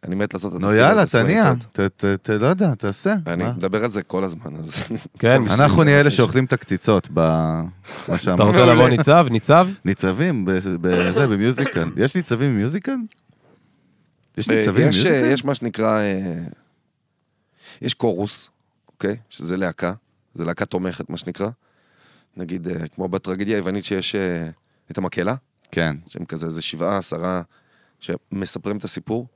אני מת לעשות את נו התפקיד יאללה, הזה, תניע. סוויטות. ת- ת- ת- לא יודע, תעשה. אני מה? מדבר על זה כל הזמן, אז... כן, אנחנו נהיה אלה שאוכלים את הקציצות ב... מה אתה שאמרת. רוצה לבוא ניצב? ניצב? ניצבים ב- בזה, במיוזיקל. יש ניצבים במיוזיקל? יש אה, ניצבים יש, במיוזיקל? אה, יש מה שנקרא... אה, יש קורוס, אוקיי? שזה להקה. זה להקה תומכת, מה שנקרא. נגיד, אה, כמו בטרגדיה היוונית שיש אה, את המקהלה, כן. שהם כזה איזה שבעה, עשרה, שמספרים את הסיפור.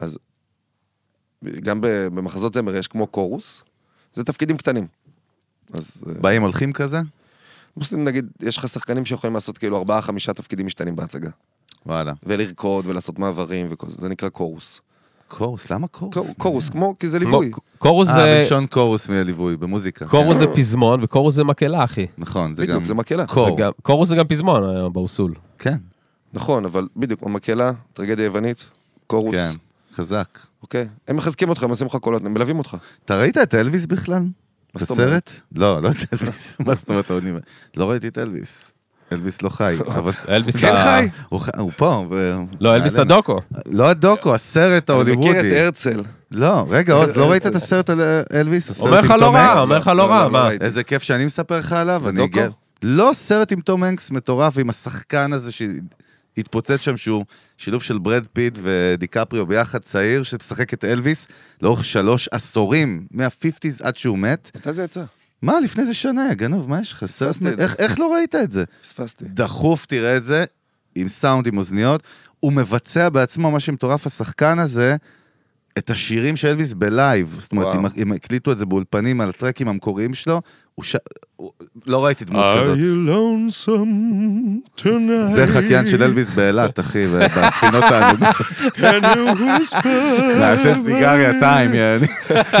אז גם ב- במחזות זמר יש כמו קורוס, זה תפקידים קטנים. אז... אה, באים הולכים כזה? מוסלמים נגיד, יש לך שחקנים שיכולים לעשות כאילו ארבעה, חמישה תפקידים משתנים בהצגה. וואלה. ולרקוד ולעשות מעברים וכל זה, זה נקרא קורוס. קורוס, למה קורוס? קור- קורוס, כמו, כי זה ליווי. ק- קורוס אה, זה... בלשון קורוס מהליווי, במוזיקה. קורוס כן. זה פזמון וקורוס זה מקהלה, אחי. נכון, זה גם... בדיוק, זה מקהלה. זה קור. גם- קורוס זה גם פזמון אה, באוסול. כן, נכון, אבל בדיוק, המקהלה, טרגדיה יוונית, קורוס. כן. חזק. אוקיי? הם מחזקים אותך, הם עושים לך קולות, הם מלווים אותך. אתה ראית את אלוויס בכלל? את זאת אומרת? הסרט? לא, לא את אלוויס. מה זאת אומרת? אני- לא ראיתי את אלוויס. אלוויס לא חי, אבל... אלביס כן, ה- חי. הוא חי- הוא פה. ו- לא, אלביס נעלם. הדוקו. לא הדוקו, הסרט אני מכיר ההוליוודי. את הרצל. לא, רגע, עוז, לא ראית את הסרט על אה, אלוויס? הסרט אומר לך עם לא תום רע, הנקס? אומר לך לא לא, רע, לא, מה? לא ראיתי. איזה כיף שאני מספר לך עליו, זה אני דוקו? גר... לא סרט עם תום הנקס מטורף, עם השחקן הזה שהתפוצץ שם, שהוא שילוב של ברד פיט ודיקפריו ביחד, צעיר, שמשחק את אלוויס לאורך שלוש עשורים, מה-50's עד שהוא מת. מתי זה יצא? מה, לפני איזה שנה, גנוב, מה יש לך? סרט... פספסתי את איך- איך לא ראית את זה? פספסתי. דחוף תראה את זה, עם סאונד, עם אוזניות. הוא מבצע בעצמו, מה שמטורף, השחקן הזה, את השירים של אלוויס בלייב. זאת אומרת, וואו. אם, אם הקליטו את זה באולפנים על הטרקים המקוריים שלו, הוא ש... הוא... לא ראיתי דמות כזאת. lonesome tonight? זה חקיין של אלוויס באילת, אחי, בספינות הענוגות. לעשן סיגריה טיים, יעני.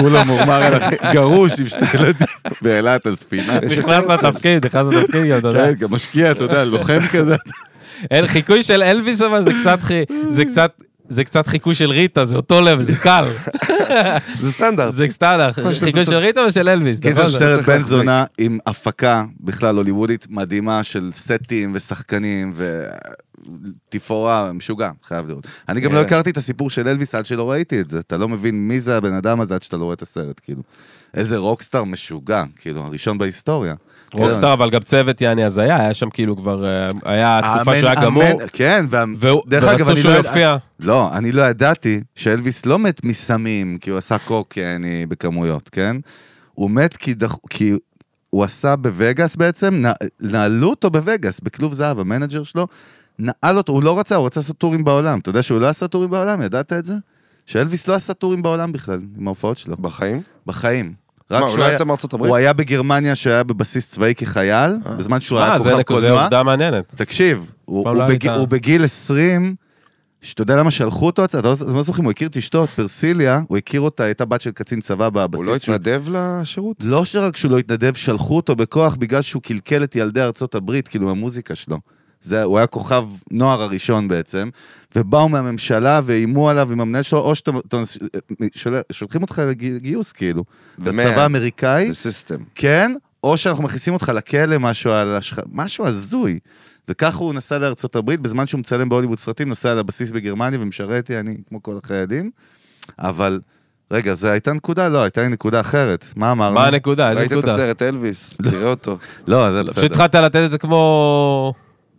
הוא לא מורמר על אחי, גרוש עם שני ילדים באילת על ספינה. נכנס לתפקיד, נכנס לתפקיד גם, אתה יודע. כן, גם משקיע, אתה יודע, לוחם כזה. אין חיקוי של אלוויס, אבל זה קצת חי- זה קצת... זה קצת חיקוי של ריטה, זה אותו לב, זה קל. זה סטנדרט. זה סתם חיקוי של ריטה ושל אלוויס. נכון? אתה קיצר יודע. כן, סרט צריך בן להחזיק. זונה עם הפקה בכלל הוליוודית מדהימה של סטים ושחקנים ותפאורה, משוגע, חייב לראות. אני גם לא אה. נראה. הכרתי את הסיפור של אלוויס עד שלא ראיתי את זה. אתה לא מבין מי זה הבן אדם הזה עד שאתה לא רואה את הסרט, כאילו. איזה רוקסטאר משוגע, כאילו, הראשון בהיסטוריה. רוקסטאר, אבל גם צוות יעני הזיה, היה שם כאילו כבר, אה, היה כן. תקופה אמן, שהיה גמור, אמן, כן, וה- והוא- דרך אגב, ורצו אני שהוא לא יודע- יופיע. לא, אני לא ידעתי שאלוויס לא מת מסמים, כי הוא עשה קוק אני, בכמויות, כן? הוא מת כי, דח... כי הוא עשה בווגאס בעצם, נע... נעלו אותו בווגאס, בכלוב זהב, המנג'ר שלו, נעל אותו, הוא לא רצה, הוא רצה לעשות טורים בעולם. אתה יודע שהוא לא עשה טורים בעולם, ידעת את זה? שאלוויס לא עשה טורים בעולם בכלל, עם ההופעות שלו, בחיים? בחיים. מה, רק הוא שהוא לא היה... יצא מארצות הברית? הוא היה בגרמניה, שהיה בבסיס צבאי כחייל, בזמן שהוא היה אה, זה כוכב אוקיי. נקודה- קוזמה. זה עובדה מעניינת. תקשיב, הוא, פעם הוא, לא בג... הייתה- הוא בגיל 20, שאתה יודע למה שלחו אותו, אתה לא אתה לא זוכר אם הוא הכיר את אשתו, את פרסיליה, הוא הכיר אותה, הייתה בת של קצין צבא בבסיס. הוא לא שהוא- התנדב לשירות? לא שרק שהוא לא התנדב, שלחו אותו בכוח בגלל שהוא קלקל את ילדי ארצות הברית, כאילו, המוזיקה שלו. זה, הוא היה כוכב נוער הראשון בעצם, ובאו מהממשלה ואיימו עליו עם המנהל שלו, או שאתה אתה- שולח- שולחים אותך לגיוס, כאילו, ומה- לצבא האמריקאי. זה סיסטם. כן, או שאנחנו מכניסים אותך לכלא, משהו על השח... משהו הזוי. וכך הוא נסע לארצות הברית, בזמן שהוא מצלם בהוליווד סרטים, נוסע לבסיס בגרמניה ומשרת, אני כמו כל החיילים. אבל, רגע, זו הייתה נקודה? לא, הייתה לי נקודה אחרת. מה אמרנו? מה הנקודה? איזה ראית את נקודה? הסרט אלוויס, תראה אותו. לא, זה פשוט בסדר. התחלת לתת את זה כמו...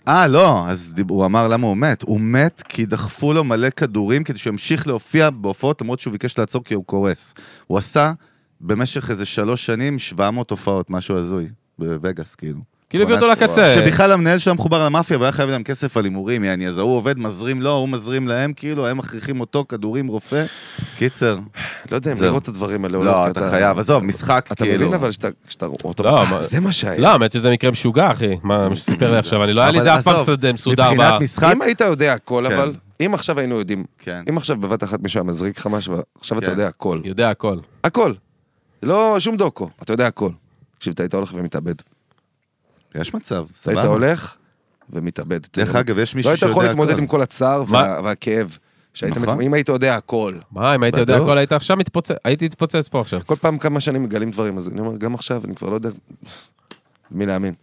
אה, לא, אז דיב- הוא אמר למה הוא מת. הוא מת כי דחפו לו מלא כדורים כדי שהוא ימשיך להופיע בהופעות, למרות שהוא ביקש לעצור כי הוא קורס. הוא עשה במשך איזה שלוש שנים 700 הופעות, משהו הזוי, בווגאס, כאילו. כאילו הביא אותו עונת- לקצה. נכון. שבכלל המנהל שלו מחובר למאפיה והיה חייב להם כסף על הימורים, יעני, אז ההוא עובד, מזרים לו, הוא מזרים להם, כאילו, הם מכריחים אותו, כדורים, רופא. קיצר, לא יודע אם זהו. לראות את הדברים האלה או לא, כי אתה חייב, עזוב, משחק, אתה כאילו. מבין אבל שאתה- כשאתה רואה אותו, לא, אה, מה- זה מה שהיה. לא, האמת שזה מקרה משוגע, אחי. מה מה שסיפר לי עכשיו, אני לא היה לי את זה אבל אף פעם עזוב, סד- מסודר. מבחינת ב- משחק, אם היית יודע הכל, לא, כן. אבל, אם עכשיו היינו יודעים, כן. אם עכשיו בבת אחת מישהו היה מזריק לך משהו, עכשיו אתה כן. יודע הכל. יודע הכל. הכל. לא שום דוקו, אתה יודע הכל. תקשיב, אתה היית הולך ומתאבד. יש מצב, אתה היית סבבה. הולך ומתאבד. אתה דרך יודע. אגב, יש לא מישהו היית שיודע הכל. יכול להתמודד עם כל הצער מה? וה- והכאב. שהיית נכון. מת- אם היית יודע הכל. מה, אם היית יודע בדיוק. הכל, היית עכשיו מתפוצץ, הייתי מתפוצץ פה עכשיו. כל פעם כמה שנים מגלים דברים, אז אני אומר, גם עכשיו, אני כבר לא יודע מי להאמין.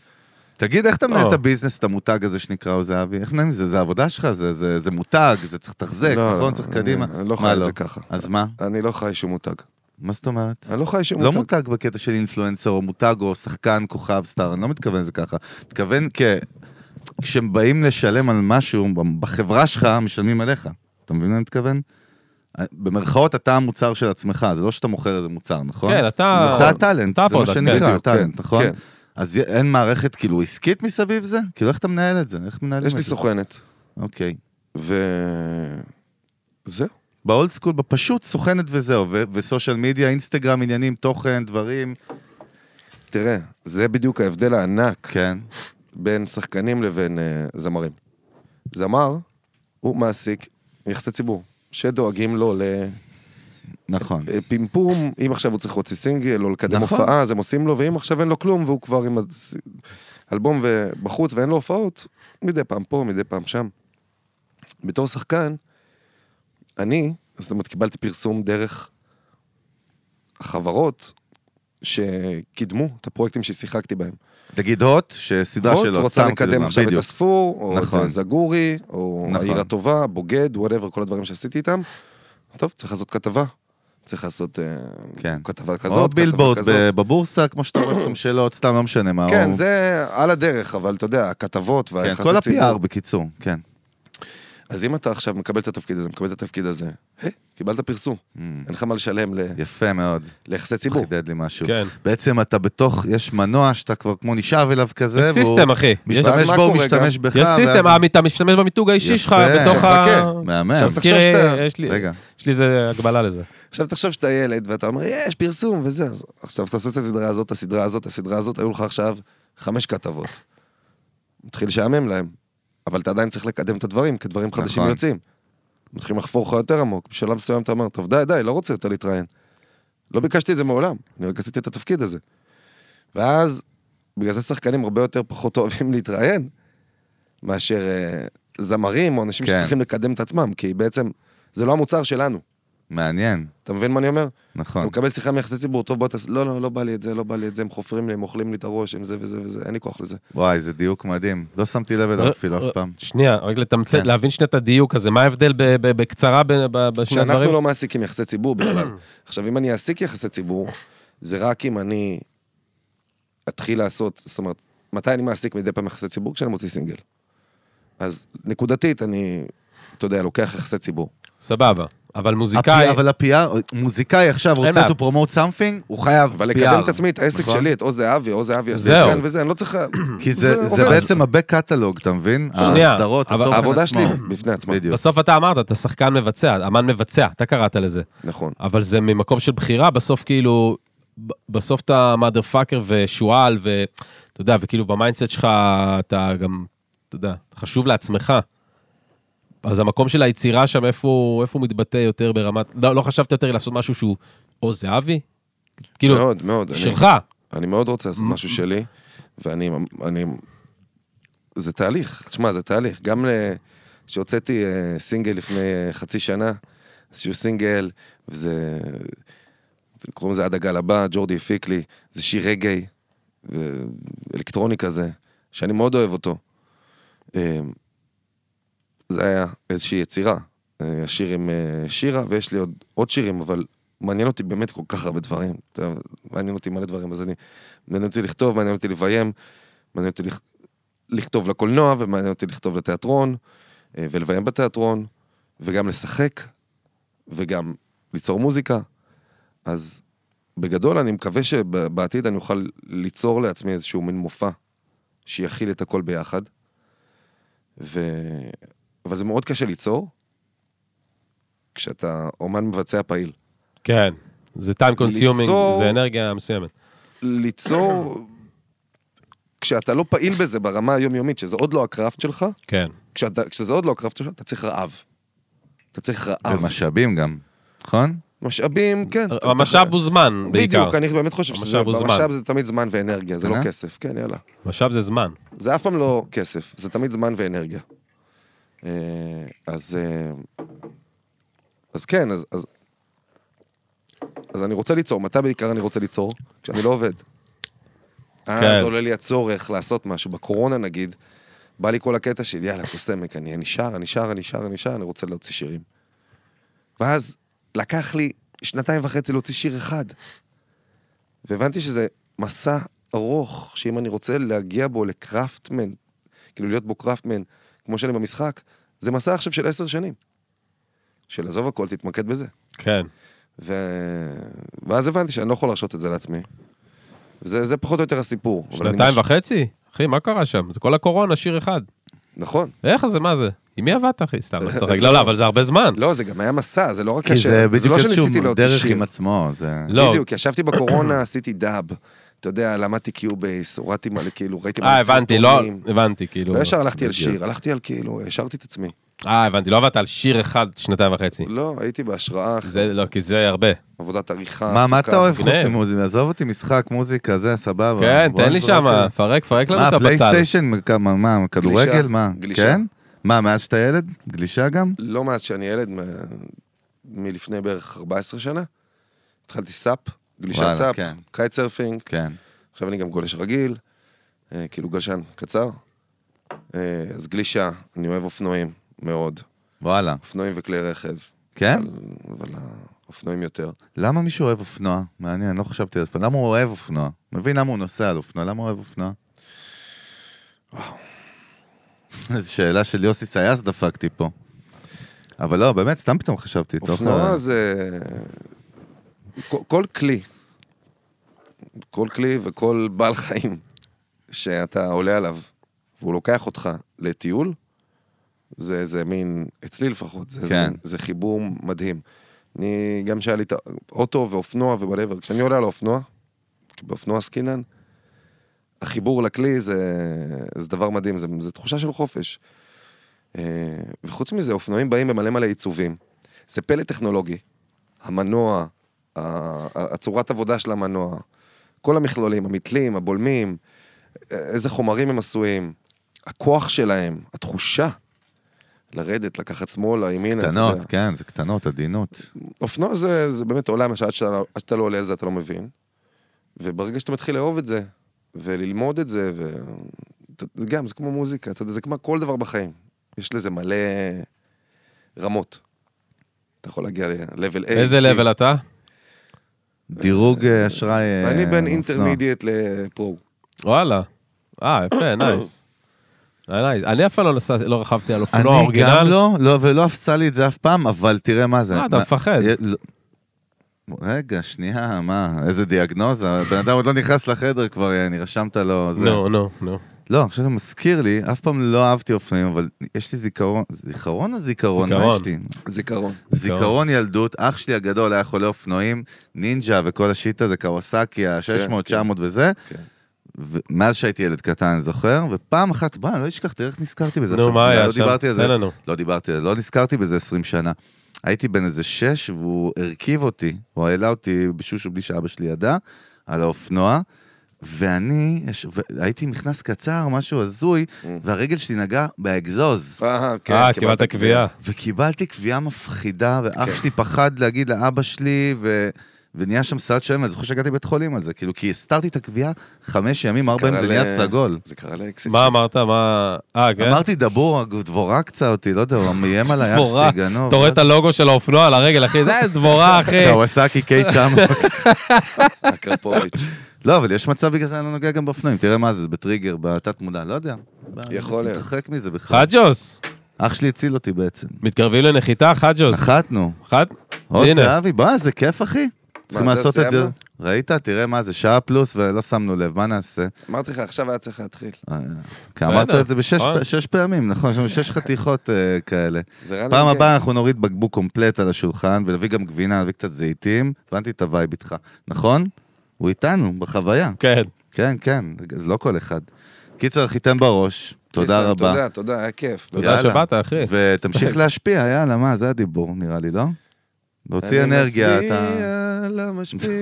תגיד, איך אתה מנהל לא. את הביזנס, את המותג הזה שנקרא או זהבי? איך מנהלים את זה? זה העבודה שלך, זה- זה זה מותג, זה צריך לתחזק, לא, נכון? צריך אני- קדימה. אני לא מה חי את זה ככה. אז מה? אני לא חי שום מותג. מה זאת אומרת? אני לא חי שום לא מותג. מותג בקטע של אינפלואנסר או מותג או שחקן, כוכב, סטאר, אני לא מתכוון לזה ככה. מתכוון כ... כשהם באים לשלם על משהו בחברה שלך, משלמים עליך. אתה מבין מה אני מתכוון? אה, במרכאות אתה המוצר של עצמך, זה לא שאתה מוכר איזה מוצר, נכון? כן, אתה- אתה הטאלנט, אתה זה מה הפרודקט, כן, שנקרא, בדיוק, כן, הטאלנט, נכון? כן. אז אין מערכת כאילו עסקית מסביב זה? כאילו איך אתה מנהל את זה? איך מנהלים את יש זה? לי סוכנת, אוקיי. ו... זהו. באולד סקול, בפשוט סוכנת וזהו, ו- וסושיאל מדיה, אינסטגרם, עניינים, תוכן, דברים. תראה, זה בדיוק ההבדל הענק כן, בין שחקנים לבין אה, זמרים. זמר הוא מעסיק יחסי ציבור, שדואגים לו נכון. לפימפום, אם עכשיו הוא צריך להוציא סינגל או לקדם נכון. הופעה, אז הם עושים לו, ואם עכשיו אין לו כלום והוא כבר עם הס- אלבום ו- בחוץ ואין לו הופעות, מדי פעם פה, מדי פעם שם. בתור שחקן, אני, זאת אומרת, קיבלתי פרסום דרך החברות שקידמו את הפרויקטים ששיחקתי בהם. תגיד הוט, שסדרה הוט שלו, רוצה סתם לקדם קידמה, עכשיו את בדיוק. הספור, או נכון. את זגורי, או נכון. העיר הטובה, בוגד, וואטאבר, כל הדברים שעשיתי איתם. טוב, צריך לעשות כתבה. צריך לעשות אה, כן. כתבה כזאת, או כתבה בילבורד כזאת. ב- בבורסה, כמו שאתה רואה, גם שאלות, סתם לא משנה מה. כן, או- זה על הדרך, אבל אתה יודע, הכתבות כן, והיחסי כל ציבור. ה-PR בקיצור, כן. אז אם אתה עכשיו מקבל את התפקיד הזה, מקבל את התפקיד הזה, היי, קיבלת פרסום, Mm, אין לך מה לשלם ל- יפה מאוד. ליחסי ציבור. חידד לי משהו. כן. בעצם אתה בתוך, יש מנוע שאתה כבר כמו נשאב אליו כזה, יש והוא סיסטם, אחי. יש- ואז משתמש מה בו, הוא קורה משתמש בך. יש ואז- סיסטם, אה, אתה משתמש במיתוג האישי יפה. שלך בתוך ה... שחכה. מהמם. עכשיו תזכיר, תחשוב שאתה- יש לי- רגע, יש לי איזה הגבלה לזה. עכשיו תחשוב שאתה ילד, ואתה אומר, יש פרסום וזה, אז עכשיו אתה עושה את הסדרה הזאת, הסדרה הזאת, הסדרה הזאת, היו לך עכשיו חמש כתבות. מתחיל לשעמם להם, אבל אתה עדיין צריך לקדם את הדברים, כי דברים חדשים נכון. יוצאים. מתחילים לחפור לך יותר עמוק, בשלב מסוים אתה אומר, טוב די, די, לא רוצה יותר להתראיין. לא ביקשתי את זה מעולם, אני רק עשיתי את התפקיד הזה. ואז, בגלל זה שחקנים הרבה יותר פחות אוהבים להתראיין, מאשר אה, זמרים או אנשים כן. שצריכים לקדם את עצמם, כי בעצם זה לא המוצר שלנו. מעניין, אתה מבין מה אני אומר? אתה נכון. מקבל שיחה מיחסי ציבור, טוב בוא תעשה, לא, לא, לא בא לי את זה, לא בא לי את זה, הם חופרים לי, הם אוכלים לי את הראש, הם זה וזה וזה, אין לי כוח לזה. וואי, זה דיוק מדהים. לא שמתי לב אליו ר- אפילו ר- אף פעם. אה, שנייה, רק לתמצת, כן. להבין שנייה את הדיוק הזה, מה ההבדל ב- ב- בקצרה בין- ב- בשני הדברים? שאנחנו לא מעסיקים יחסי ציבור בכלל. עכשיו, אם אני אעסיק יחסי ציבור, זה רק אם אני אתחיל לעשות, זאת אומרת, מתי אני מעסיק מדי פעם יחסי ציבור? כשאני מוציא סינגל. אז נקודתית, אני, אתה יודע, לוקח יחסי ציבור. סבבה, אבל מוזיקאי... הפי- אבל ה-PR, מוזיקאי עכשיו רוצה בעיה. to promote something, הוא חייב PR. אבל לקדם את עצמי, את העסק נכון. שלי, את או זהבי, או זהבי, יעשה זהו. כאן וזה, אני לא צריך... כי זה זה עובד. בעצם ה-back catalog, אתה מבין? אה, שנייה, ההסדרות, אבל- התוכן עצמו. העבודה שלי בפני עצמה. בדיוק. בסוף אתה אמרת, אתה שחקן מבצע, אמן מבצע, אתה קראת לזה. נכון. אבל זה ממקום של בחירה, בסוף כאילו, ב- בסוף אתה mother fucker ושועל, ואתה יודע, וכאילו במיינדסט שלך אתה גם, אתה יודע, חשוב לעצמך. אז המקום של היצירה שם, איפה הוא איפה הוא מתבטא יותר ברמת, לא, לא חשבת יותר לעשות משהו שהוא או זהבי? כאילו, מאוד, מאוד. לא, אני- שלך. אני מאוד רוצה לעשות משהו שלי, ואני... אני... זה תהליך, תשמע, זה תהליך. גם ל- כשהוצאתי אה, סינגל לפני אה, חצי שנה, איזשהו סינגל, וזה... קוראים לזה עד הגל הבא, ג'ורדי הפיק לי, זה שיר רגעי, ו- אלקטרוני כזה, שאני מאוד אוהב אותו. אה, זה היה איזושהי יצירה, אה, השיר עם אה, שירה, ויש לי עוד, עוד שירים, אבל מעניין אותי באמת כל כך הרבה דברים. אתה יודע, מעניין אותי מלא דברים, אז אני... מעניין אותי לכתוב, מעניין אותי לביים, מעניין אותי לכ... לכתוב לקולנוע, ומעניין אותי לכתוב לתיאטרון, אה, ולביים בתיאטרון, וגם לשחק, וגם ליצור מוזיקה. אז בגדול אני מקווה שבעתיד אני אוכל ליצור לעצמי איזשהו מין מופע שיכיל את הכל ביחד. ו... אבל זה מאוד קשה ליצור כשאתה אומן מבצע פעיל. כן, זה time consuming, ליצור- זה אנרגיה מסוימת. ליצור, כשאתה לא פעיל בזה ברמה היומיומית, שזה עוד לא הקראפט שלך, כן. כשאתה, כשזה עוד לא הקראפט שלך, אתה צריך רעב. אתה צריך רעב. ומשאבים אה, גם, נכון? משאבים, כן. אתה- המשאב הוא זמן, בעיקר. בדיוק, אני באמת חושב שזה, המשאב הוא זמן. במשאב זה תמיד זמן ואנרגיה, זה לא אה? כסף, כן, יאללה. משאב זה זמן. זה אף פעם לא כסף, זה תמיד זמן ואנרגיה. אה, אז... אה, אז כן, אז... אז- אז אני רוצה ליצור, מתי בעיקר אני רוצה ליצור? כשאני לא עובד. אז עולה לי הצורך לעשות משהו. בקורונה נגיד, בא לי כל הקטע של יאללה, קוסמק, אני אני שר, אני שר, אני שר, אני שר, אני רוצה להוציא שירים. ואז לקח לי שנתיים וחצי להוציא שיר אחד. והבנתי שזה מסע ארוך, שאם אני רוצה להגיע בו לקראפטמן, כאילו להיות בו קראפטמן, כמו שאני במשחק, זה מסע עכשיו של עשר שנים. של עזוב הכל, תתמקד בזה. כן. ו... ואז הבנתי שאני לא יכול להרשות את זה לעצמי. וזה זה פחות או יותר הסיפור. אבל אני שנתיים מש- וחצי? אחי, מה קרה שם? זה כל הקורונה, שיר אחד. נכון. איך זה, מה זה? עם מי עבדת, אחי? סתם, אני צוחק. לא, לא, אבל זה הרבה זמן. לא, זה גם היה מסע, זה לא רק כי זה זה בדיוק לא איזשהו שניסיתי להוציא דרך שיר. עם עצמו, זה... לא. בדיוק, ישבתי בקורונה, עשיתי דאב. אתה יודע, למדתי קיובייס, הורדתי מלא, כאילו, ראיתי מלא אה, הבנתי, לא, סרטונים. הבנתי, כאילו. לא ישר הלכתי על בדיוק. שיר, הלכתי על כאילו, השארתי את עצמי. אה, הבנתי, לא עבדת על שיר אחד שנתיים וחצי. לא, הייתי בהשראה, זה, לא, כי זה הרבה. עבודת לא, עריכה. מה, מה הפקה. אתה אוהב חוץ מגניב. ממוזיקה? עזוב אותי, משחק, מוזיקה, זה, סבבה. כן, בוא תן לי נזרוק שמה, על- פרק, פרק לנו לא מה, את הבצל. פלייסטיישן? כמה, מה, כדורגל? מה? גלישה. כן? מה, מאז שאתה ילד? גלישה גם? לא מאז שאני ילד, מ- מלפני בערך 14 שנה. התחלתי סאפ, גלישת וואלה, סאפ, כן. קייט סרפינג, כן. עכשיו אני גם גולש רגיל, אה, כאילו גלשן קצר. אה, אז גלישה, אני אוהב אופנועים, מאוד. וואלה. אופנועים וכלי רכב. כן? אבל- אבל ה- אופנועים יותר. למה מישהו אוהב אופנוע? מעניין, לא חשבתי על זה. למה הוא אוהב אופנוע? מבין למה הוא נוסע על אופנוע, למה הוא אוהב אופנוע? איזו שאלה של יוסי סייס דפקתי פה. אבל לא, באמת, סתם פתאום חשבתי. תוך ה- אופנוע זה... כל- כל כלי, כל כלי וכל בעל חיים שאתה עולה עליו והוא לוקח אותך לטיול, זה איזה מין, אצלי לפחות, זה, כן. זה, זה חיבור מדהים. אני, גם שהיה לי את האוטו ואופנוע ובלבר, כשאני עולה על האופנוע, באופנוע עסקינן, החיבור לכלי זה, זה דבר מדהים, זה, זה תחושה של חופש. אה, וחוץ מזה, אופנועים באים במלא מלא עיצובים. זה פלא טכנולוגי. המנוע, ה- ה- הצורת עבודה של המנוע, כל המכלולים, המתלים, הבולמים, אה, איזה חומרים הם עשויים, הכוח שלהם, התחושה. לרדת, לקחת שמאלה, ימינה. אתה קטנות, יודע. כן, זה קטנות, עדינות. אופנוע זה, זה באמת עולם שעד שאתה, עד שאתה לא עולה על זה אתה לא מבין. וברגע שאתה מתחיל לאהוב את זה, וללמוד את זה, ו... אתה- זה גם, זה כמו מוזיקה, אתה יודע, זה כמו כל דבר בחיים. יש לזה מלא רמות. אתה יכול להגיע ל-level A. איזה B. לבל אתה? דירוג אה, אשראי... אה, אני בין אופנוע. אינטרמידיאט לפרו. וואלה. אה, יפה, נייס. אה, נייס. אני אף פעם לא נסעתי, לא רכבתי על אני אופנוע אורגינל. גם לא, לא, ולא עשה לי את זה אף פעם, אבל תראה מה זה. אה, אתה מה- מפחד. אה, לא. רגע, שנייה, מה, איזה דיאגנוזה, הבן אדם עוד לא נכנס לחדר כבר, אה, אני רשמת לו, זה. נו, נו, נו. לא, עכשיו אתה מזכיר לי, אף פעם לא אהבתי אופנועים, אבל יש לי זיכרון, זיכרון או זיכרון? מה זיכרון. יש לי? זיכרון. זיכרון ילדות, אח שלי הגדול היה חולה אופנועים, נינג'ה וכל השיט הזה, קוואסקי, ה-600, כן. 900 וזה. כן. מאז שהייתי ילד קטן, אני זוכר, ופעם אחת, בוא, אני לא אשכח, תראה איך נזכרתי בזה. נו, עכשיו, מה היה לא שם? דיברתי על זה, תן לנו. לא דיברתי על זה, לא נזכרתי בזה 20 שנה. הייתי בן איזה שש, והוא הרכיב אותי, הוא העלה אותי בשושו בלי שאבא שלי ידע, על האופנוע, ואני, יש- והייתי עם מכנס קצר, משהו הזוי, והרגל שלי נגעה באגזוז. אה, כן, Mm. אה, קיבלת קביעה. וקיבלתי קביעה מפחידה, כן. ואח שלי פחד להגיד לאבא שלי, ו... ונהיה שם סעד שלם, אני זוכר שהגעתי לבית חולים על זה, כאילו, כי הסתרתי את הקביעה חמש ימים, ארבע ימים, קרה זה נהיה ל- סגול. זה קרה לאקסיט. מה אמרת? מה... אה, כן? אמרתי, דבור, דבורה קצה אותי, לא יודע, הוא איים עליי, אח דבורה. שלי גנוב. אתה רואה את הלוגו של האופנוע על הרגל, אחי? זה דבורה, אחי. אה. קוואסקי K900. הקרפוביץ'. לא, אבל יש מצב בגלל זה אני לא נוגע גם באופנועים, תראה מה זה, זה בטריגר, בתת מודע, לא יודע. יכול להיות. מתרחק מזה בכלל. חג'וס, אח שלי הציל אותי בעצם. מתקרבים לנחיתה, חג'וס. נחתנו. אחת? או הנה. זהבי, בוא, זה כיף, אחי. צריכים זה, לעשות את זה. סיימנו? ראית? תראה מה זה, שעה פלוס ולא שמנו לב, מה נעשה? אמרתי לך, עכשיו היה צריך להתחיל. אה, כי אמרת את זה בשש נכון. פ- שש פעמים, נכון? יש לנו שש חתיכות אה, כאלה. זה רע כן. פעם לנגן. הבאה אנחנו נוריד בקבוק קומפלט על השולחן, ונביא גם גבינה, נביא קצת זיתים. הבנתי את הווייב איתך, נכון? הוא איתנו, בחוויה. כן. כן, כן, זה לא כל אחד. קיצר, חיתן בראש, תודה ניסן, רבה. תודה, תודה, היה כיף. תודה יאללה. שבאת, אחי. ותמשיך להשפיע, יאללה, מה, זה הדיבור, נראה לי, לא? להוציא אנרגיה, אני לא אתה... מצביע למשפיע.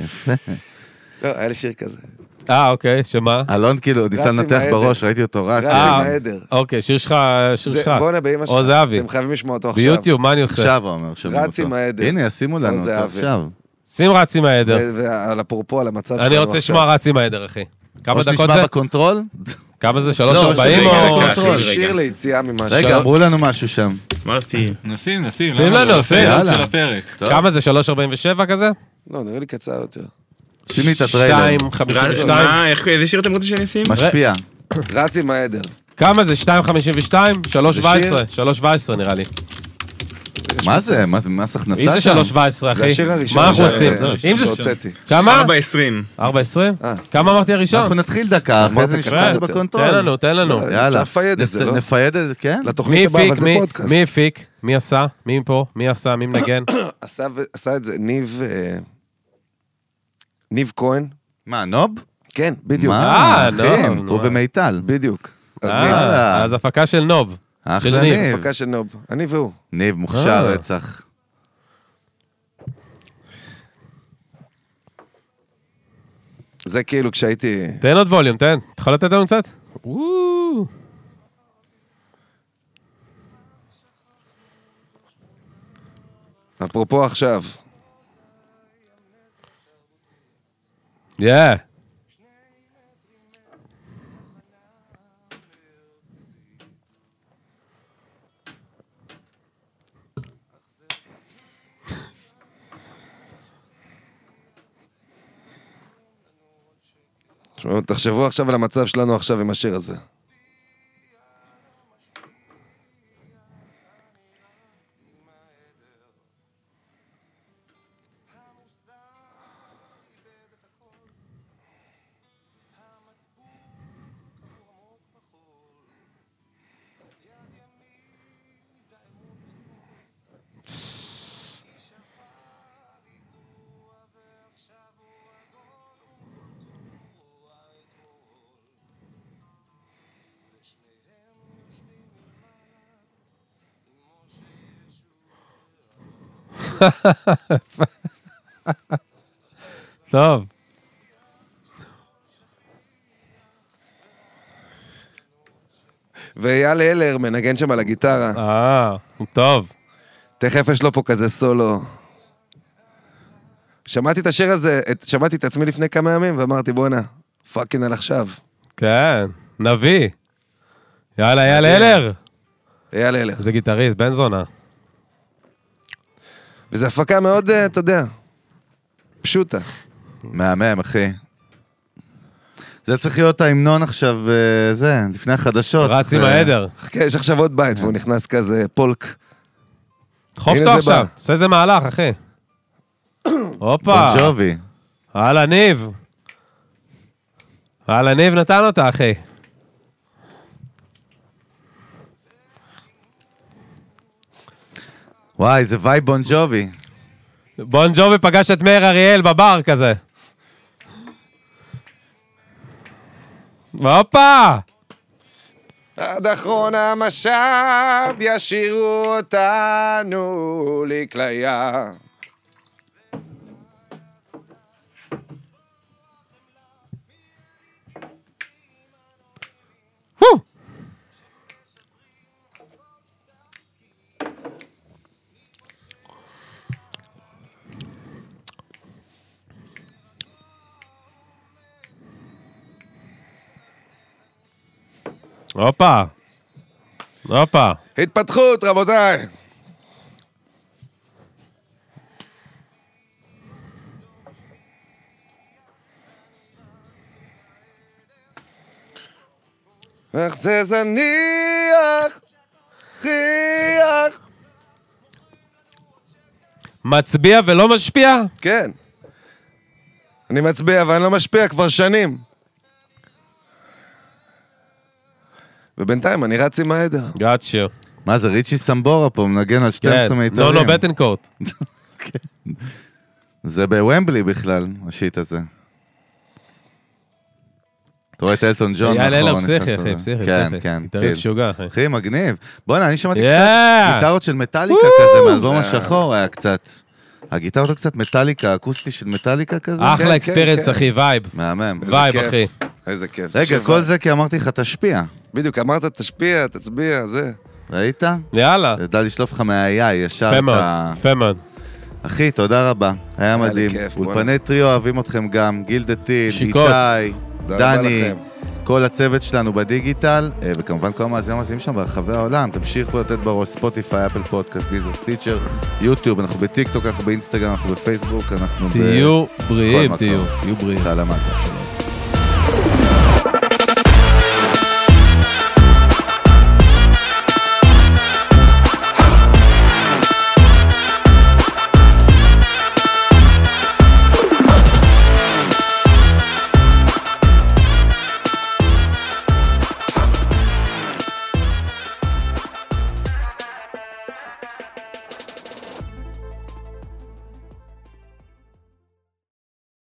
יפה. לא, היה לי שיר כזה. אה, אוקיי, שמה? אלון כאילו ניסה רץ עם לנתח העדר. בראש, ראיתי אותו רץ. רץ עם אה. העדר. אוקיי, שיר שלך, שיר זה- שלך. בואנה באמא שלך. או זהבי. אתם חייבים לשמוע אותו עכשיו. ביוטיוב, מה אני עושה? עכשיו הוא אומר, שומעים רץ אותו. עם העדר. הנה, ישימו לנו זה אותו עוול. עכשיו. שים רץ עם העדר. ו- ועל אפרופו, על המצב אני רוצה לא, לשמוע רץ עם העדר, אחי. כמה או דקות שנשמע זה? בקונטרול? כמה זה? לא, 3.40 רגע, או... רגע, רגע. רץ. שיר ליציאה ממשהו. רגע, אמרו לנו משהו שם. אמרתי, נשים, נשים. שים למה לנו, לא? שים. שאלות יאללה. של הפרק. כמה זה? 3.47 כזה? לא, נראה לי קצר יותר. שימי את הטריילר. 2.52. מה, איך, איזה שיר אתם רוצים שאני אשים? משפיע. רץ עם העדר. כמה זה? 2.52? 3.17. שיר? 3.17 נראה לי. מה זה? מה זה מס אם הכנסה זה שם? 3.17, אחי, זה השיר הראשון מה אנחנו ש- עושים? לא, אם זה... שהוצאתי. כמה? 420. 4.20? אה. כמה אמרתי הראשון? אנחנו נתחיל דקה, אחרי אמרת זה קצר נשמע את זה יותר. בקונטרול. תן לנו, תן לנו. יאללה. אפשר לפייד את נס- זה, לא? נפייד את זה, כן? מי לתוכנית אה, הבאה, הפיק? אבל זה מי- פודקאסט. מי הפיק? מי עשה? מי פה? מי עשה? מי מנגן? עשה ו- עשה את זה ניב... אה, ניב כהן. מה, נוב? כן, בדיוק. אה, מה, אחי? נוב, הוא מה. ומיטל. בדיוק. אז אה, ניב, יאללה. אז הפקה של נוב. של אחלה ניב. ניב. הפקה של נוב. אני והוא. ניב מוכשר אה. רצח. זה כאילו כשהייתי... תן עוד ווליום, תן. אתה יכול לתת לנו קצת? וואו. אפרופו עכשיו. יא. תשמעו, תחשבו עכשיו על המצב שלנו עכשיו עם השיר הזה. טוב. ואייל הלר מנגן שם על הגיטרה. אה, טוב. תכף יש לו פה כזה סולו. שמעתי את השיר הזה, את, שמעתי את עצמי לפני כמה ימים ואמרתי בואנה, פאקינג על עכשיו. כן, נביא. יאללה, יאללה, אלר. אייל הלר. זה גיטריסט, בן זונה. וזו הפקה מאוד, אה, אתה יודע, פשוטה. מהמם, אחי. זה צריך להיות ההמנון עכשיו, אה, זה, לפני לא החדשות. רץ עם זה- העדר. חכה, כן, יש עכשיו עוד בית והוא נכנס כזה פולק. דחוף הנה אותו זה עכשיו, בא. עשה איזה מהלך, אחי. הופה. בון ג'ובי. הלאה, ניב. הלאה, ניב נתן אותה, אחי. וואי, זה וייב בון ג'ובי. בון ג'ובי פגש את מאיר אריאל בבר כזה. הופה! עד אחרון המשאב ישירו אותנו לכליה. הו! הופה. הופה. התפתחות, רבותיי! איך זה זניח, חיח. מצביע ולא משפיע? כן. אני מצביע, אבל אני לא משפיע כבר שנים. ובינתיים אני רץ עם העדר. גאצ'יו. מה זה, ריצ'י סמבורה פה, מנגן על כן. 12 מיתרים. נו, נו, בטנקורט. זה בוומבלי בכלל, השיט הזה. אתה רואה את אלטון ג'ון, יאללה, נכון? אלא נכנס פסיכי, אחי, לזה. פסיכי, כן, פסיכי. כן, גיטריסט טיל. משוגע, אחי. אחי, מגניב. בואנה, אני שמעתי קצת יאה! גיטרות של מטאליקה כזה, מהאלבום אה. השחור היה קצת. הגיטרות היו קצת מטאליקה, אקוסטי של מטאליקה כזה. אחלה אקספיריאנס, כן. אחי, וייב. מהמם. איזה וייב, כיף. אחי. איזה כיף. רגע, שבע. כל זה כי אמרתי לך, תשפיע. בדיוק, אמרת תשפיע, תצביע, זה. ראית? יאללה. ידע לשלוף לך מה-AI ישר יפה את מאוד, ה... יפה מאוד. אחי, תודה רבה. היה לי מדהים. כיף, בואנה. אולפני טריו אוהבים אתכם גם. גילדה טיל, שיקות. איתי, תודה רבה דני, לכם. כל הצוות שלנו בדיגיטל, אה, וכמובן כל המאזינים המאזינים שם ברחבי העולם. תמשיכו לתת בראש ספוטיפיי, אפל פודקאסט, דיזר, סטיצ'ר, יוטיוב, אנחנו בטיקטוק, אנחנו באינסטגרם, אנחנו בפייסבוק, אנחנו ב... תהיו בריאים, מקום. תהיו. תהיו בריאים. סלמת.